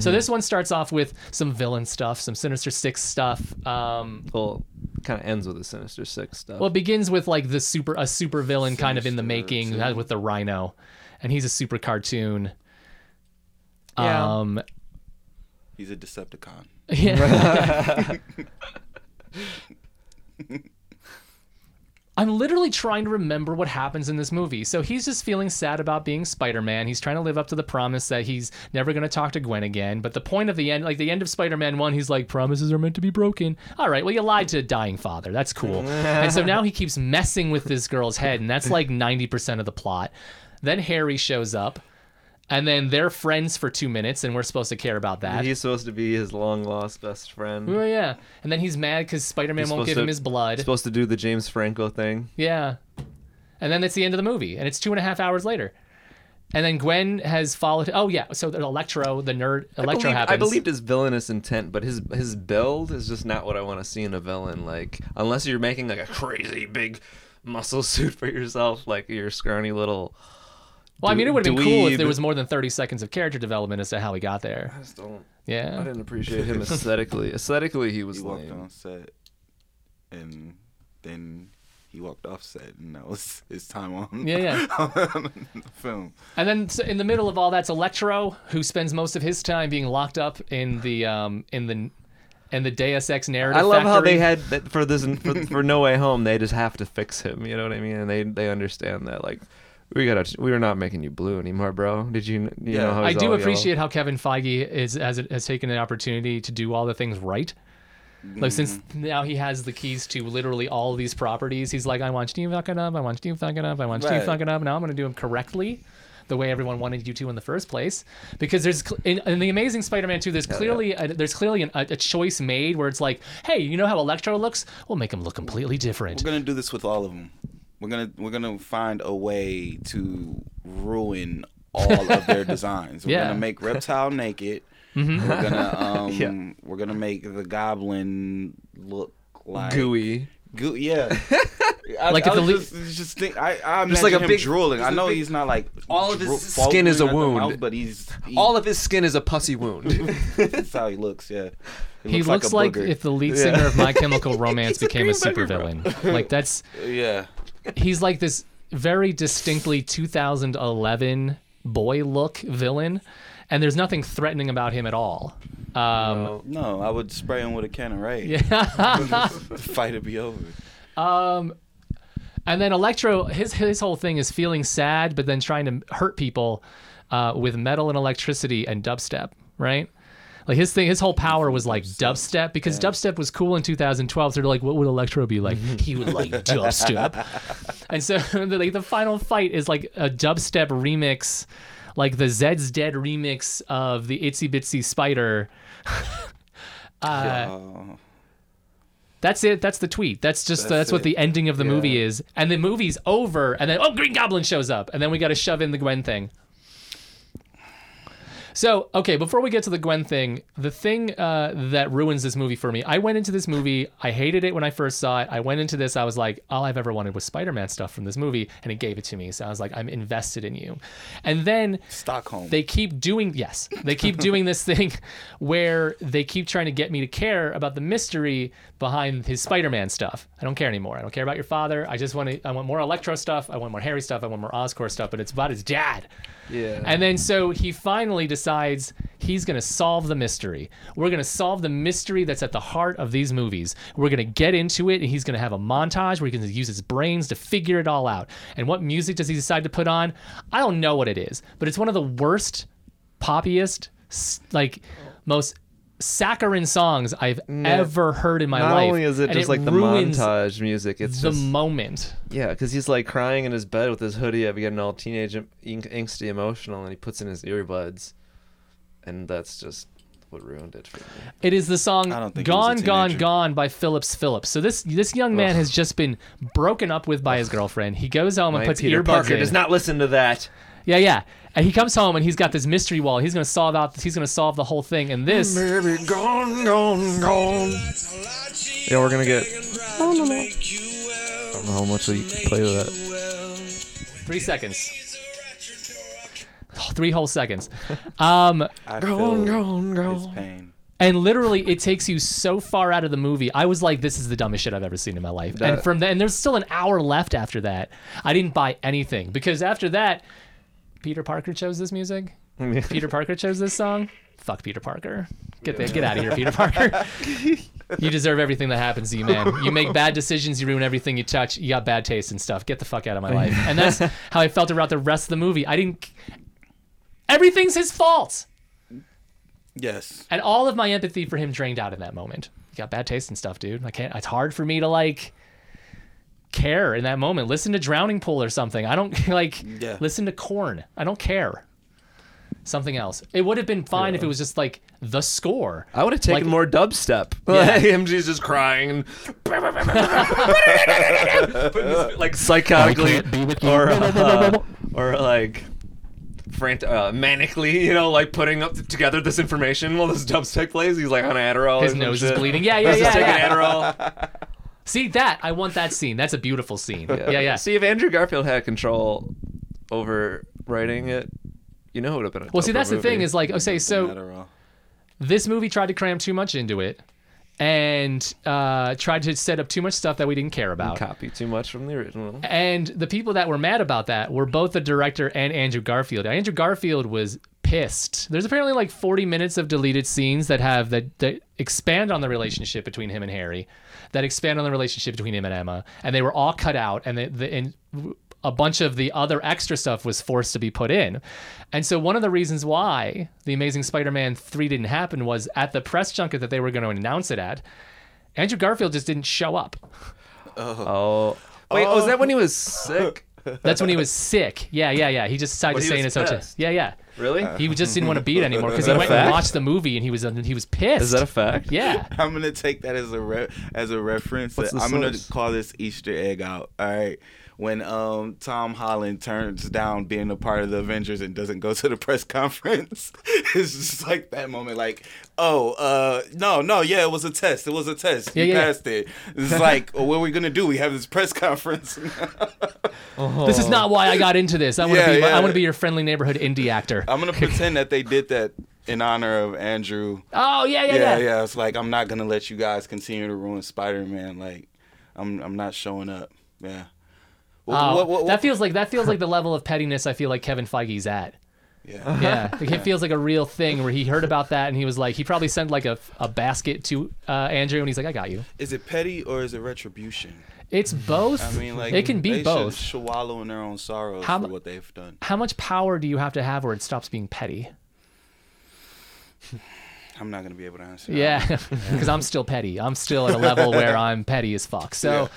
So this one starts off with some villain stuff, some Sinister Six stuff. Um, Well, kind of ends with the Sinister Six stuff. well, it begins with like the super a super villain kind of in the making uh, Sinister, with the Rhino, and he's a super cartoon. Yeah. Um, He's a Decepticon. Yeah. I'm literally trying to remember what happens in this movie. So he's just feeling sad about being Spider-Man. He's trying to live up to the promise that he's never going to talk to Gwen again. But the point of the end, like the end of Spider-Man 1, he's like promises are meant to be broken. All right, well you lied to a dying father. That's cool. and so now he keeps messing with this girl's head and that's like 90% of the plot. Then Harry shows up and then they're friends for 2 minutes and we're supposed to care about that. he's supposed to be his long lost best friend. Oh yeah, and then he's mad because Spider-Man He's won't supposed give to- him his blood. Supposed to do the James Franco thing. yeah, and then that's the end of the movie, and it's two and a half hours later. And then Gwen has followed. Oh yeah, so the Electro, the nerd Electro believed- happens. I believed his villainous intent, but his his build is just not what I want to see in a villain. Like unless you're making like a crazy big muscle suit for yourself, like your scrawny little. Well, I mean, it would have been cool if there dweeb. was more than thirty seconds of character development as to how he got there. I just don't. I Yeah, didn't appreciate him aesthetically. aesthetically, he was He walked lame. on set, and then he walked off set, and that was his time on. yeah, yeah. on the film. And then s- in the middle of all that's Electro, who spends most of his time being locked up in the um in the in the Deus Ex narrative. I love how factory. they had that for this for, for No Way Home. They just have to fix him. You know what I mean? And they they understand that like. We gotta. We are not making you blue anymore, bro. Did you? you Yeah. know how I he's do all appreciate how Kevin Feige is has has taken an opportunity to do all the things right. Like since Mm-hmm. now he has the keys to literally all these properties, he's like, I want Steve fucking up, I want Steve fucking up, I want Steve Right. fucking up. Now I'm going to do them correctly, the way everyone wanted you to in the first place. Because there's cl- in, in the Amazing Spider-Man 2, there's clearly a, there's clearly an, a, a choice made where it's like, hey, you know how Electro looks? We'll make him look completely different. We're gonna do this with all of them. We're gonna we're gonna find a way to ruin all of their designs. We're Yeah. Mm-hmm. gonna make reptile naked. We're gonna um we're gonna make the goblin look like yellow. gooey. Goo- yeah. I, Like I if the was le- just, just think, I, I Just imagine like a him big- drooling. just I a know big- he's not like All of his drool- skin is a foaming at the wound. mouth, but he's he, All of his skin is a pussy wound. that's how he looks. Yeah, he looks, like, a booger. if the lead singer of My Chemical Romance He's a became a green booger, bro. supervillain. Like that's yeah. he's like this very distinctly 2011 boy look villain, and there's nothing threatening about him at all. Um, No. No, I would spray him with a can of Ray. the fight would be over. and then Electro, his his whole thing is feeling sad, but then trying to hurt people uh, with metal and electricity and dubstep, right? Like his thing, his whole power was like dubstep because dubstep was cool in 2012. So they're like, what would Electro be like? He would like dubstep. and so the, like the final fight is like a dubstep remix, like the Zed's Dead remix of the Itsy Bitsy Spider. Uh, Uh, Oh. That's it. That's the tweet. That's just that's, That's what it. the ending of the Yeah. movie is. And the movie's over. And then oh, Green Goblin shows up. And then we got to shove in the Gwen thing. So okay, before we get to the Gwen thing, the thing uh, that ruins this movie for me, I went into this movie. I hated it when I first saw it. I went into this. I was like, all I've ever wanted was Spider-Man stuff from this movie, and it gave it to me. So I was like, I'm invested in you. And then Stockholm. they keep doing yes they keep doing this thing where they keep trying to get me to care about the mystery behind his spider-man stuff i don't care anymore i don't care about your father i just want to i want more electro stuff i want more harry stuff i want more oscorp stuff but it's about his dad Yeah. and then so he finally decides he's going to solve the mystery. We're going to solve the mystery that's at the heart of these movies. We're going to get into it, and he's going to have a montage where he can use his brains to figure it all out. And what music does he decide to put on? I don't know what it is, but it's one of the worst, poppiest, s- like most saccharine songs I've ever heard in my Not life. only is it and just like the ruins montage music, it's The just moment. yeah, because he's like crying in his bed with his hoodie up, getting all teenage im- ink- angsty emotional, and he puts in his earbuds, and that's just what ruined it for me. It is the song I don't think he was a "Gone, Gone, teenager. Gone" by Phillips Phillips. So this this young man Ugh. has just been broken up with by his girlfriend. He goes home and My puts Peter earbuds Parker in. does not listen to that. yeah, yeah. And he comes home and he's got this mystery wall. He's gonna solve out. He's gonna solve the whole thing. And this, Baby, gone, gone, gone. Yeah, we're gonna get. I don't know how much you can play with that. three seconds, Oh, three whole seconds. Um, I Gone, feel gone, his gone. pain. and literally, it takes you so far out of the movie. I was like, "This is the dumbest shit I've ever seen in my life." and That- from that, and there's still an hour left after that. I didn't buy anything because after that, Peter Parker chose this music. Peter Parker chose this song. Fuck Peter Parker. Get the, get out of here, Peter Parker. you deserve everything that happens to you, man. You make bad decisions, you ruin everything you touch. You got bad taste and stuff. Get the fuck out of my life. And that's how I felt about the rest of the movie. I didn't. Everything's his fault, Yes. and all of my empathy for him drained out in that moment. You got bad taste and stuff, dude. I can't. It's hard for me to like care in that moment. Listen to Drowning Pool or something. I don't like Yeah. listen to Corn. I don't care. Something else. It would have been fine if it was just like the score. I would have taken Like- more dubstep. Like MG's just crying and like psychotically or uh, or like frantic, uh, manically, you know, like putting up together this information while this dubstep plays. He's like on Adderall. or His some nose is oh, shit. bleeding. Yeah, yeah, He's yeah. just taking yeah. Adderall. See that? I want that scene. That's a beautiful scene. Yeah, yeah. See if Andrew Garfield had control over writing it, you know, it would have been. A well, see, doper that's the movie. thing is like, okay, so Adderall. this movie tried to cram too much into it, and uh, tried to set up too much stuff that we didn't care about. copy too much from the original. And the people that were mad about that were both the director and Andrew Garfield. Andrew Garfield was pissed. There's apparently like 40 minutes of deleted scenes that have that, that expand on the relationship between him and Harry, that expand on the relationship between him and Emma, and they were all cut out. And the, the and a bunch of the other extra stuff was forced to be put in. And so one of the reasons why The Amazing Spider-Man 3 didn't happen was at the press junket that they were going to announce it at, Andrew Garfield just didn't show up. Oh, wait, oh. was that when he was sick? That's when he was sick. Yeah, yeah, yeah. He just decided Well, to he stay in his was hotel. pissed. Yeah, yeah. Really? He just didn't want to be it anymore because he that a went and fact? watched the movie and he was he was pissed. Is that a fact? yeah. I'm gonna take that as a re- as a reference. What's the I'm source? gonna call this Easter egg out. All right, when um Tom Holland turns down being a part of the Avengers and doesn't go to the press conference, it's just like that moment. Like, oh, uh, no, no, yeah, it was a test. It was a test. Yeah, you yeah, yeah. passed it. It's like, well, what are we gonna do? We have this press conference. This is not why I got into this. I want to Yeah, be my- I yeah. Uh, want to be your friendly neighborhood indie actor. I'm gonna pretend that they did that in honor of Andrew. Oh yeah, yeah, yeah, yeah. yeah. It's like I'm not gonna let you guys continue to ruin Spider-Man. Like, I'm I'm not showing up. Yeah. What, Oh, what- what- that feels like that feels like the level of pettiness I feel like Kevin Feige's at. yeah. Yeah, Like, it feels like a real thing where he heard about that and he was like, he probably sent like a, a basket to uh, Andrew and he's like, I got you. Is it petty or is it retribution? It's both. I mean, like it can they be should both. Swallow in their own sorrows How for mu- what they've done. How much power do you have to have where it stops being petty? I'm not gonna be able to answer. that. Yeah, because I'm still petty. I'm still at a level where I'm petty as fuck. So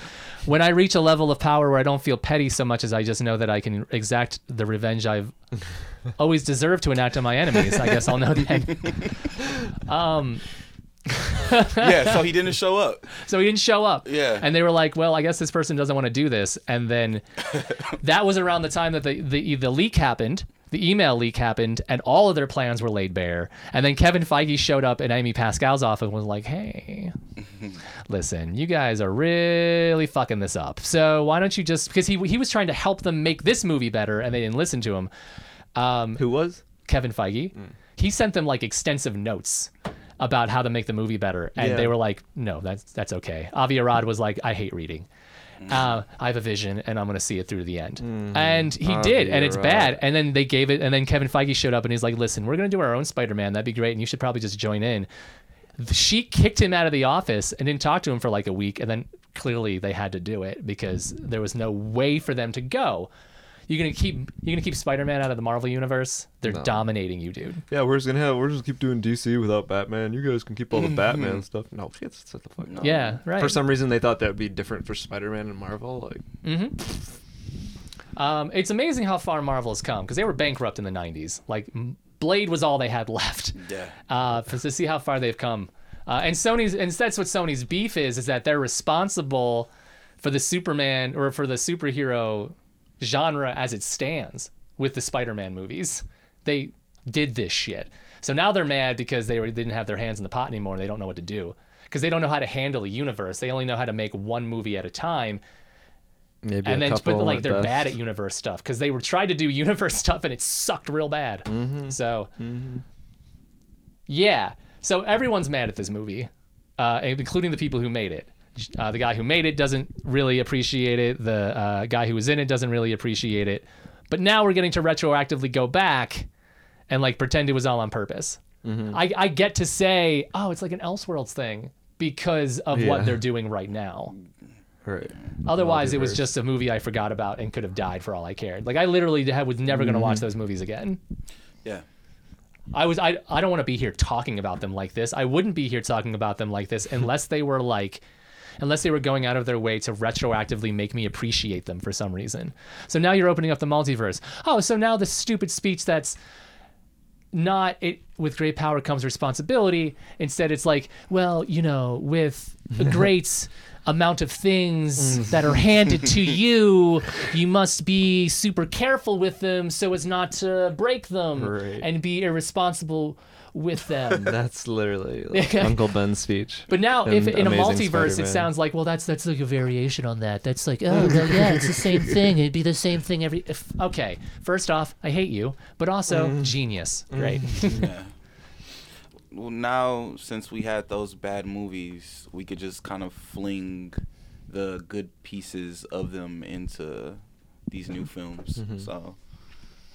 when I reach a level of power where I don't feel petty so much as I just know that I can exact the revenge I've always deserved to enact on my enemies, I guess I'll know that. Um, yeah. So he didn't show up. so he didn't show up. Yeah. And they were like, well, I guess this person doesn't want to do this. And then that was around the time that the, the, the leak happened. The email leak happened, and all of their plans were laid bare. And then Kevin Feige showed up in Amy Pascal's office and was like, "Hey, listen, you guys are really fucking this up. So why don't you just because he he was trying to help them make this movie better, and they didn't listen to him. Who was? Kevin Feige. He sent them like extensive notes about how to make the movie better, and Yeah. they were like, "No, that's that's okay." Avi Arad was like, "I hate reading. Uh, I have a vision, and I'm gonna see it through to the end." And he did, and it's Arad. bad. And then they gave it, and then Kevin Feige showed up, and he's like, "Listen, we're gonna do our own Spider-Man. That'd be great, and you should probably just join in." She kicked him out of the office and didn't talk to him for like a week, and then clearly they had to do it because there was no way for them to go. You're gonna keep you're gonna keep Spider-Man out of the Marvel universe. They're dominating you, dude. Yeah, we're just gonna have we're just keep doing DC without Batman. You guys can keep all the Batman stuff. No, shit, shut the fuck up. Yeah, right. For some reason, they thought that would be different for Spider-Man and Marvel. Like, um, it's amazing how far Marvel has come because they were bankrupt in the '90s. Like m- Blade was all they had left. Yeah. Uh, for, to see how far they've come, uh, and Sony's and that's what Sony's beef is is that they're responsible for the Superman or for the superhero genre as it stands. with the Spider-Man movies. They did this shit. So now they're mad because they, were, they didn't have their hands in the pot anymore and they don't know what to do because they don't know how to handle a universe. They only know how to make one movie at a time. Maybe and a then couple but like they're best. bad at universe stuff because they were tried to do universe stuff and it sucked real bad. Mm-hmm. So yeah, so everyone's mad at this movie, uh, including the people who made it. Uh, the guy who made it doesn't really appreciate it. The uh, guy who was in it doesn't really appreciate it. But now we're getting to retroactively go back and like pretend it was all on purpose. Mm-hmm. I, I get to say, oh, it's like an Elseworlds thing because of Yeah. what they're doing right now. Right. Otherwise, it was Multiverse. just a movie I forgot about and could have died for all I cared. Like I literally had- was never going to watch those movies again. Yeah. I was I, I don't want to be here talking about them like this. I wouldn't be here talking about them like this unless they were like unless they were going out of their way to retroactively make me appreciate them for some reason. So now you're opening up the multiverse. Oh, so now this stupid speech that's not it with great power comes responsibility. Instead it's like, well, you know, with a great amount of things that are handed to you, you must be super careful with them so as not to break them Right. and be irresponsible with them. That's literally like Uncle Ben's speech. But now, if And in a Amazing multiverse, it Spider-Man. sounds like well, that's that's like a variation on that. That's like oh well, yeah, it's the same thing. It'd be the same thing every. If, okay, first off, I hate you, but also Mm-hmm. genius, right? Well, now since we had those bad movies, we could just kind of fling the good pieces of them into these Mm-hmm. new films. So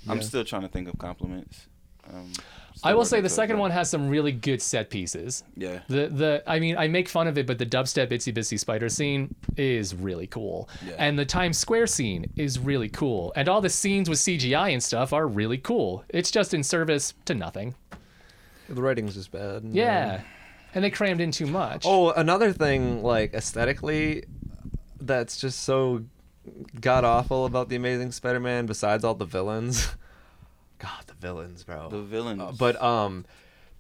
I'm still trying to think of compliments. Um, I still will say the working towards second that. one has some really good set pieces. Yeah. The the I mean I make fun of it, but the dubstep itsy bitsy spider scene is really cool, Yeah. and the Times Square scene is really cool, and all the scenes with CGI and stuff are really cool. It's just in service to nothing. the writing's just bad. and- Yeah, and they crammed in too much. Oh, another thing, like aesthetically, that's just so god awful about the Amazing Spider-Man. Besides all the villains, God, the villains, bro. The villains. Uh, but um,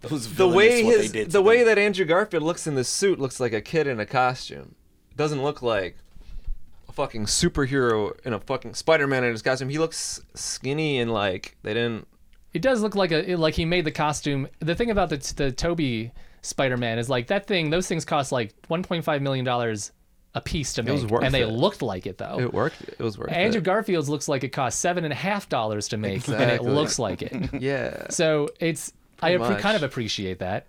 Those the villainous way what they his did to the way them. that Andrew Garfield looks in this suit looks like a kid in a costume. It doesn't look like a fucking superhero in a fucking Spider-Man in his costume. He looks skinny and like they didn't. It does look like a like he made the costume. The thing about the the Toby Spider Man is like that thing. Those things cost like 1.5 million dollars a piece to make, was worth and they it. looked like it though. It worked. It was worth Andrew it. Garfield's looks like it cost seven and a half dollars to make, and it Exactly. looks like it. Yeah. So it's I Pretty appre- kind of much. appreciate that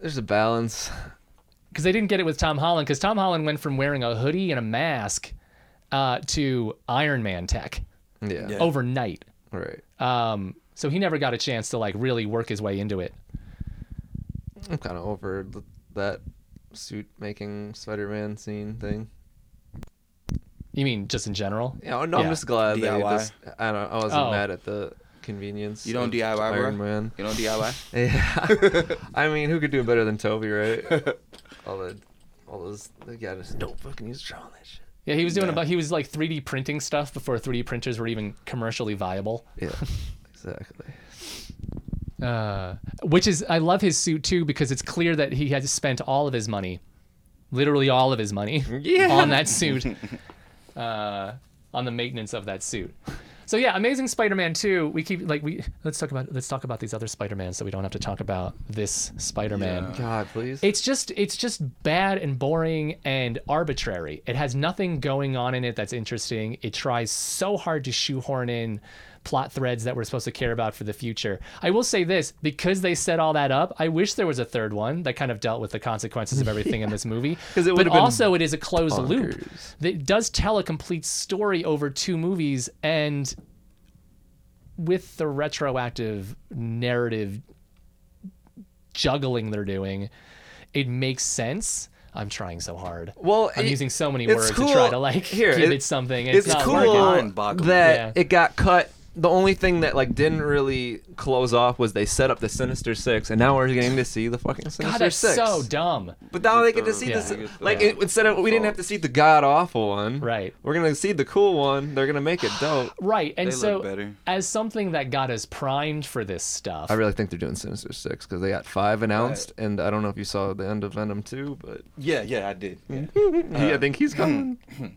There's a balance. because they didn't get it with Tom Holland because Tom Holland went from wearing a hoodie and a mask uh, to Iron Man tech Yeah. Yeah. overnight. Right. Um, so he never got a chance to like really work his way into it. I'm kind of over th- that suit making Spider-Man scene thing. You mean just in general? Yeah, oh, no, Yeah. I'm just glad they DIY. just. I don't. I wasn't Oh. mad at the convenience. You don't of DIY, bro? Iron Man. You know DIY. Yeah. I mean, who could do it better than Toby, right? all the, all those. They got us. Don't fucking use drawing that shit. Yeah, he was doing Yeah. about he was like 3D printing stuff before 3D printers were even commercially viable. Yeah. Exactly. Uh, which is I love his suit too because it's clear that he has spent all of his money, literally all of his money Yeah. on that suit, uh, on the maintenance of that suit. So yeah, Amazing Spider-Man 2, we keep like we let's talk about let's talk about these other Spider-Mans so we don't have to talk about this Spider-Man. Yeah. God, please. It's just it's just bad and boring and arbitrary. It has nothing going on in it that's interesting. It tries so hard to shoehorn in plot threads that we're supposed to care about for the future. I will say this, because they set all that up, I wish there was a third one that kind of dealt with the consequences of everything in this movie. 'Cause it but would've been also it is a closed loop. bonkers. It does tell a complete story over two movies and with the retroactive narrative juggling they're doing, it makes sense. I'm trying so hard. Well, I'm it- using so many it's words to try cool- to like here, give it- it something. and it's, not working. cool mind-boggling. that Yeah. it got cut. The only thing that like didn't really close off was they set up the Sinister Six, and now we're getting to see the fucking Sinister God, that's Six. so dumb. but now they get to see Yeah. this. Like it, instead of we didn't have to see the god awful one, Right. We're gonna see the cool one. They're gonna make it dope. Right, and They look so better. as something that got us primed for this stuff, I really think they're doing Sinister Six because they got five announced, and I don't know if you saw the end of Venom Two, but yeah, yeah, I did. Yeah. he, I think he's coming.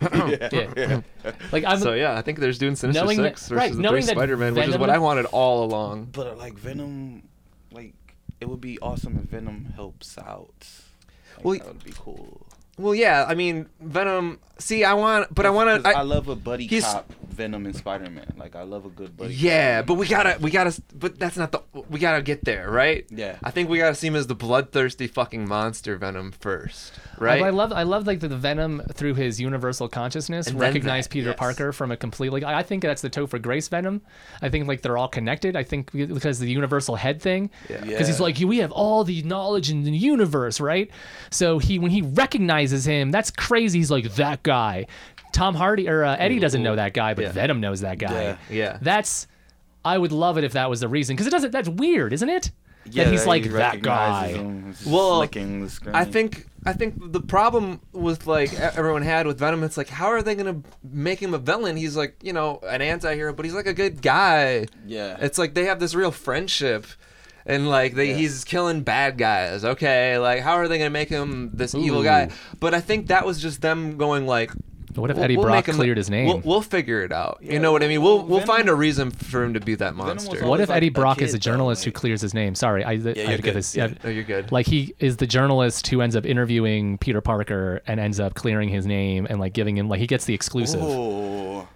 Yeah. Like I'm So yeah, I think there's doing Sinister Knowing that- Six right, versus the knowing three that Spider-Man, which is Venom- what I wanted all along. But uh, like Venom, like it would be awesome if Venom helps out. Like, Well, that would be cool. Well, yeah, I mean Venom. See, I want, but I want 'Cause to. I, love a buddy he's- cop Venom and Spider Man. Like I love a good buddy. Yeah, but we gotta, we gotta, but that's not the. We gotta get there, right? Yeah. I think we gotta see him as the bloodthirsty fucking monster Venom first, I right? love I love like the, the Venom through his universal consciousness And then recognize that, Peter yes. Parker from a completely I I think that's the Topher Grace Venom. I think like they're all connected. I think we- because the universal head thing. Yeah. Because he's like we have all the knowledge in the universe, right? So he when he recognizes him, that's crazy. He's like that guy. Tom Hardy or uh, Eddie doesn't know that guy, but Yeah. Venom knows that guy. Yeah. Yeah. That's I would love it if that was the reason because it doesn't that's weird, isn't it? that he's like that guy. Well, Well, licking the screen. I think I think the problem with like e- everyone had with Venom, it's like how are they gonna make him a villain? He's like you know an anti-hero, but he's like a good guy. Yeah. it's like they have this real friendship, and like they, he's killing bad guys. Okay, like how are they gonna make him this evil Ooh. guy? But I think that was just them going like. But what if "We'll- Eddie we'll Brock make him- cleared his name? We'll, we'll figure it out. you know what I mean? We'll we'll find a reason for him to be that was monster. all- What was if like Eddie a Brock is kid, a journalist though, who clears his name? Sorry, I, I you're have to get good, this. yeah. I- No, Oh, you're good. Like he is the journalist who ends up interviewing Peter Parker and ends up clearing his name and like giving him like he gets the exclusive. Oh.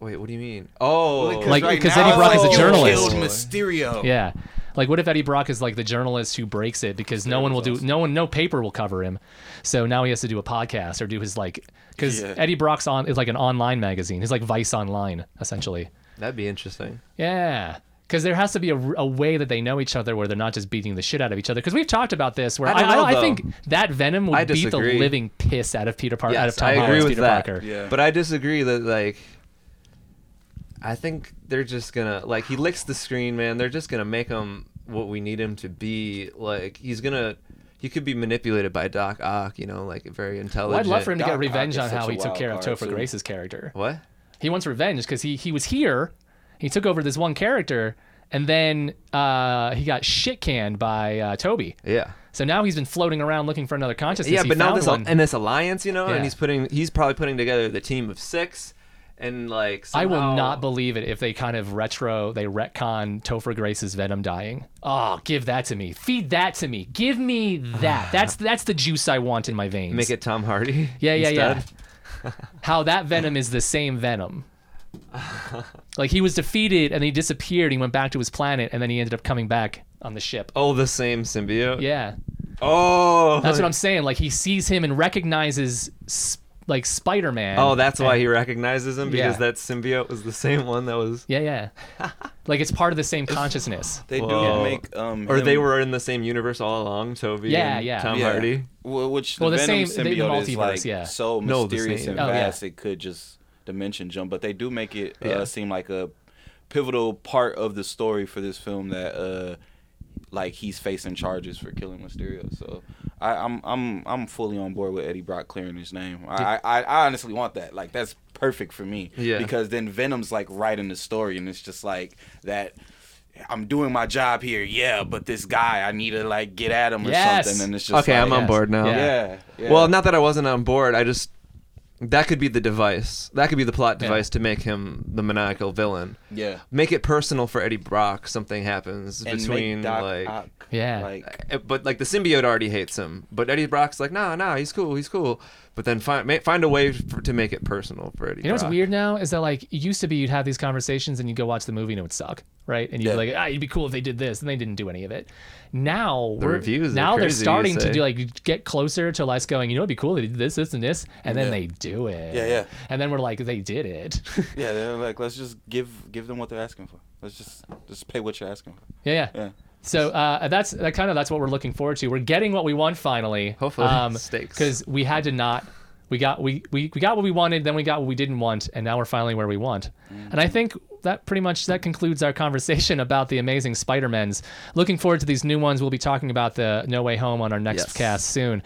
Wait, what do you mean? Oh, Like, because Eddie now, Brock is a you journalist. killed Mysterio. Yeah. Like what if Eddie Brock is like the journalist who breaks it because no one will do no one no paper will cover him. So now he has to do a podcast or do his like cuz Yeah. Eddie Brock's on is like an online magazine. He's like Vice Online essentially. that'd be interesting. Yeah. Because there has to be a, a way that they know each other where they're not just beating the shit out of each other. Because we've talked about this, where I I, don't I, know, I though. think that Venom I would beat the disagree. living piss out of Peter Parker, out of Yes, Tom I agree Holland's with Peter that. Parker. Yeah. But I disagree that like I think they're just gonna like he licks the screen, man. They're just gonna make him what we need him to be. Like he's gonna he could be manipulated by Doc Ock, you know, like very Well, intelligent. I'd love for him to Doc get Ock revenge is on such how a he took wild care of card, Topher too. Grace's character. What? He wants revenge because he, he was here, he took over this one character, and then uh, he got shit canned by uh, Toby. Yeah. So now he's been floating around looking for another consciousness. Yeah, He but now found this one. and this alliance, you know, Yeah. and he's putting he's probably putting together the team of six and like I will somehow- not believe it if they kind of retro, they retcon Topher Grace's Venom dying. Oh, give that to me. Feed that to me. Give me that. That's that's the juice I want in my veins. make it Tom Hardy. Yeah, yeah, yeah. instead. How that Venom is the same Venom. like he was defeated and then he disappeared. He went back to his planet and then he ended up coming back on the ship. Oh, the same symbiote. Yeah, Oh, that's what I'm saying. Like he sees him and recognizes s- like Spider-Man. Oh, that's why And- he recognizes him because Yeah. that symbiote was the same one that was, Yeah, yeah. like it's part of the same consciousness. They Whoa. do make um. or they him- were in the same universe all along. Toby, Yeah, and yeah. Tom yeah. Hardy. Well, which Well, the, the Venom same- the- the symbiote is multiverse, like yeah. so No, the mysterious same. and Oh, yeah. vast it could just dimension jump. But they do make it uh, Yeah. seem like a pivotal part of the story for this film that uh, like he's facing charges for killing Mysterio. So I, I'm I'm I'm fully on board with Eddie Brock clearing his name. I, I I honestly want that. Like that's perfect for me. Yeah. Because then Venom's like right in the story, and it's just like that. I'm doing my job here, yeah, but this guy, I need to like get at him or Yes. something, and it's just Okay, like- I'm on board now. Yeah. yeah. Well, not that I wasn't on board. I just that could be the device. That could be the plot device to make him the maniacal villain. yeah. Make it personal for Eddie Brock. Something happens And between make Doc like. Ock, Yeah. like Uh, but like the symbiote already hates him. But Eddie Brock's like, nah, nah, he's cool, he's cool. But then find ma- find a way for, to make it personal for Eddie. You know what's Brock. weird now is that like it used to be you'd have these conversations and you'd go watch the movie and it would suck, right? And you'd Yeah. be like, ah, it'd be cool if they did this, and they didn't do any of it. Now we're- reviews are now they're crazy, you starting to say. do like get closer to us going, you know, it'd be cool if they did this, this, and this, and then they do it. Yeah, yeah. And then we're like, they did it. yeah, they're like let's just give give them what they're asking for. Let's just just pay what you're asking for. yeah, yeah. Yeah. So uh, that's that kind of that's what we're looking forward to. We're getting what we want finally. Hopefully. Stakes. because we had to not. We got we, we we got what we wanted, then we got what we didn't want, and now we're finally where we want. And I think that pretty much that concludes our conversation about the amazing Spider-Mans. Looking forward to these new ones. We'll be talking about the No Way Home on our next Yes. cast soon.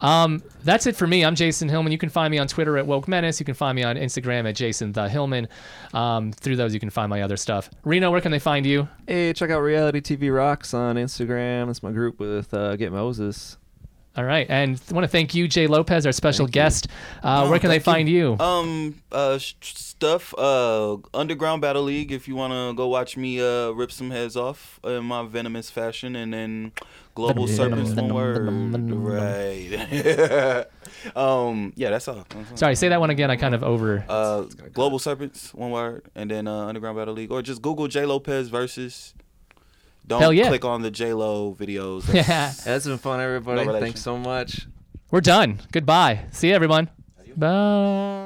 Um, that's it for me. I'm Jason Hillman. You can find me on Twitter at Woke Menace. You can find me on Instagram at Jason the Hillman. Um, through those, you can find my other stuff. Reno, where can they find you? Hey, check out Reality TV Rocks on Instagram. That's my group with uh, Get Moses. All right, and I want to thank you, Jay Lopez, our special guest. Uh, where can they find you? Um, uh, sh- stuff. Uh, Underground Battle League. If you wanna go watch me uh rip some heads off in my venomous fashion, and then Global Serpents. One word. Right. um. Yeah. That's all. Sorry, say that one again. I kind of over. Uh, Global Serpents, one word, and then uh, Underground Battle League, or just Google J Lopez versus. Don't Hell yeah. click on the J Lo videos. Yeah. That's been fun, No everybody. relation. Thanks so much. We're done. Goodbye. See you, everyone. Bye.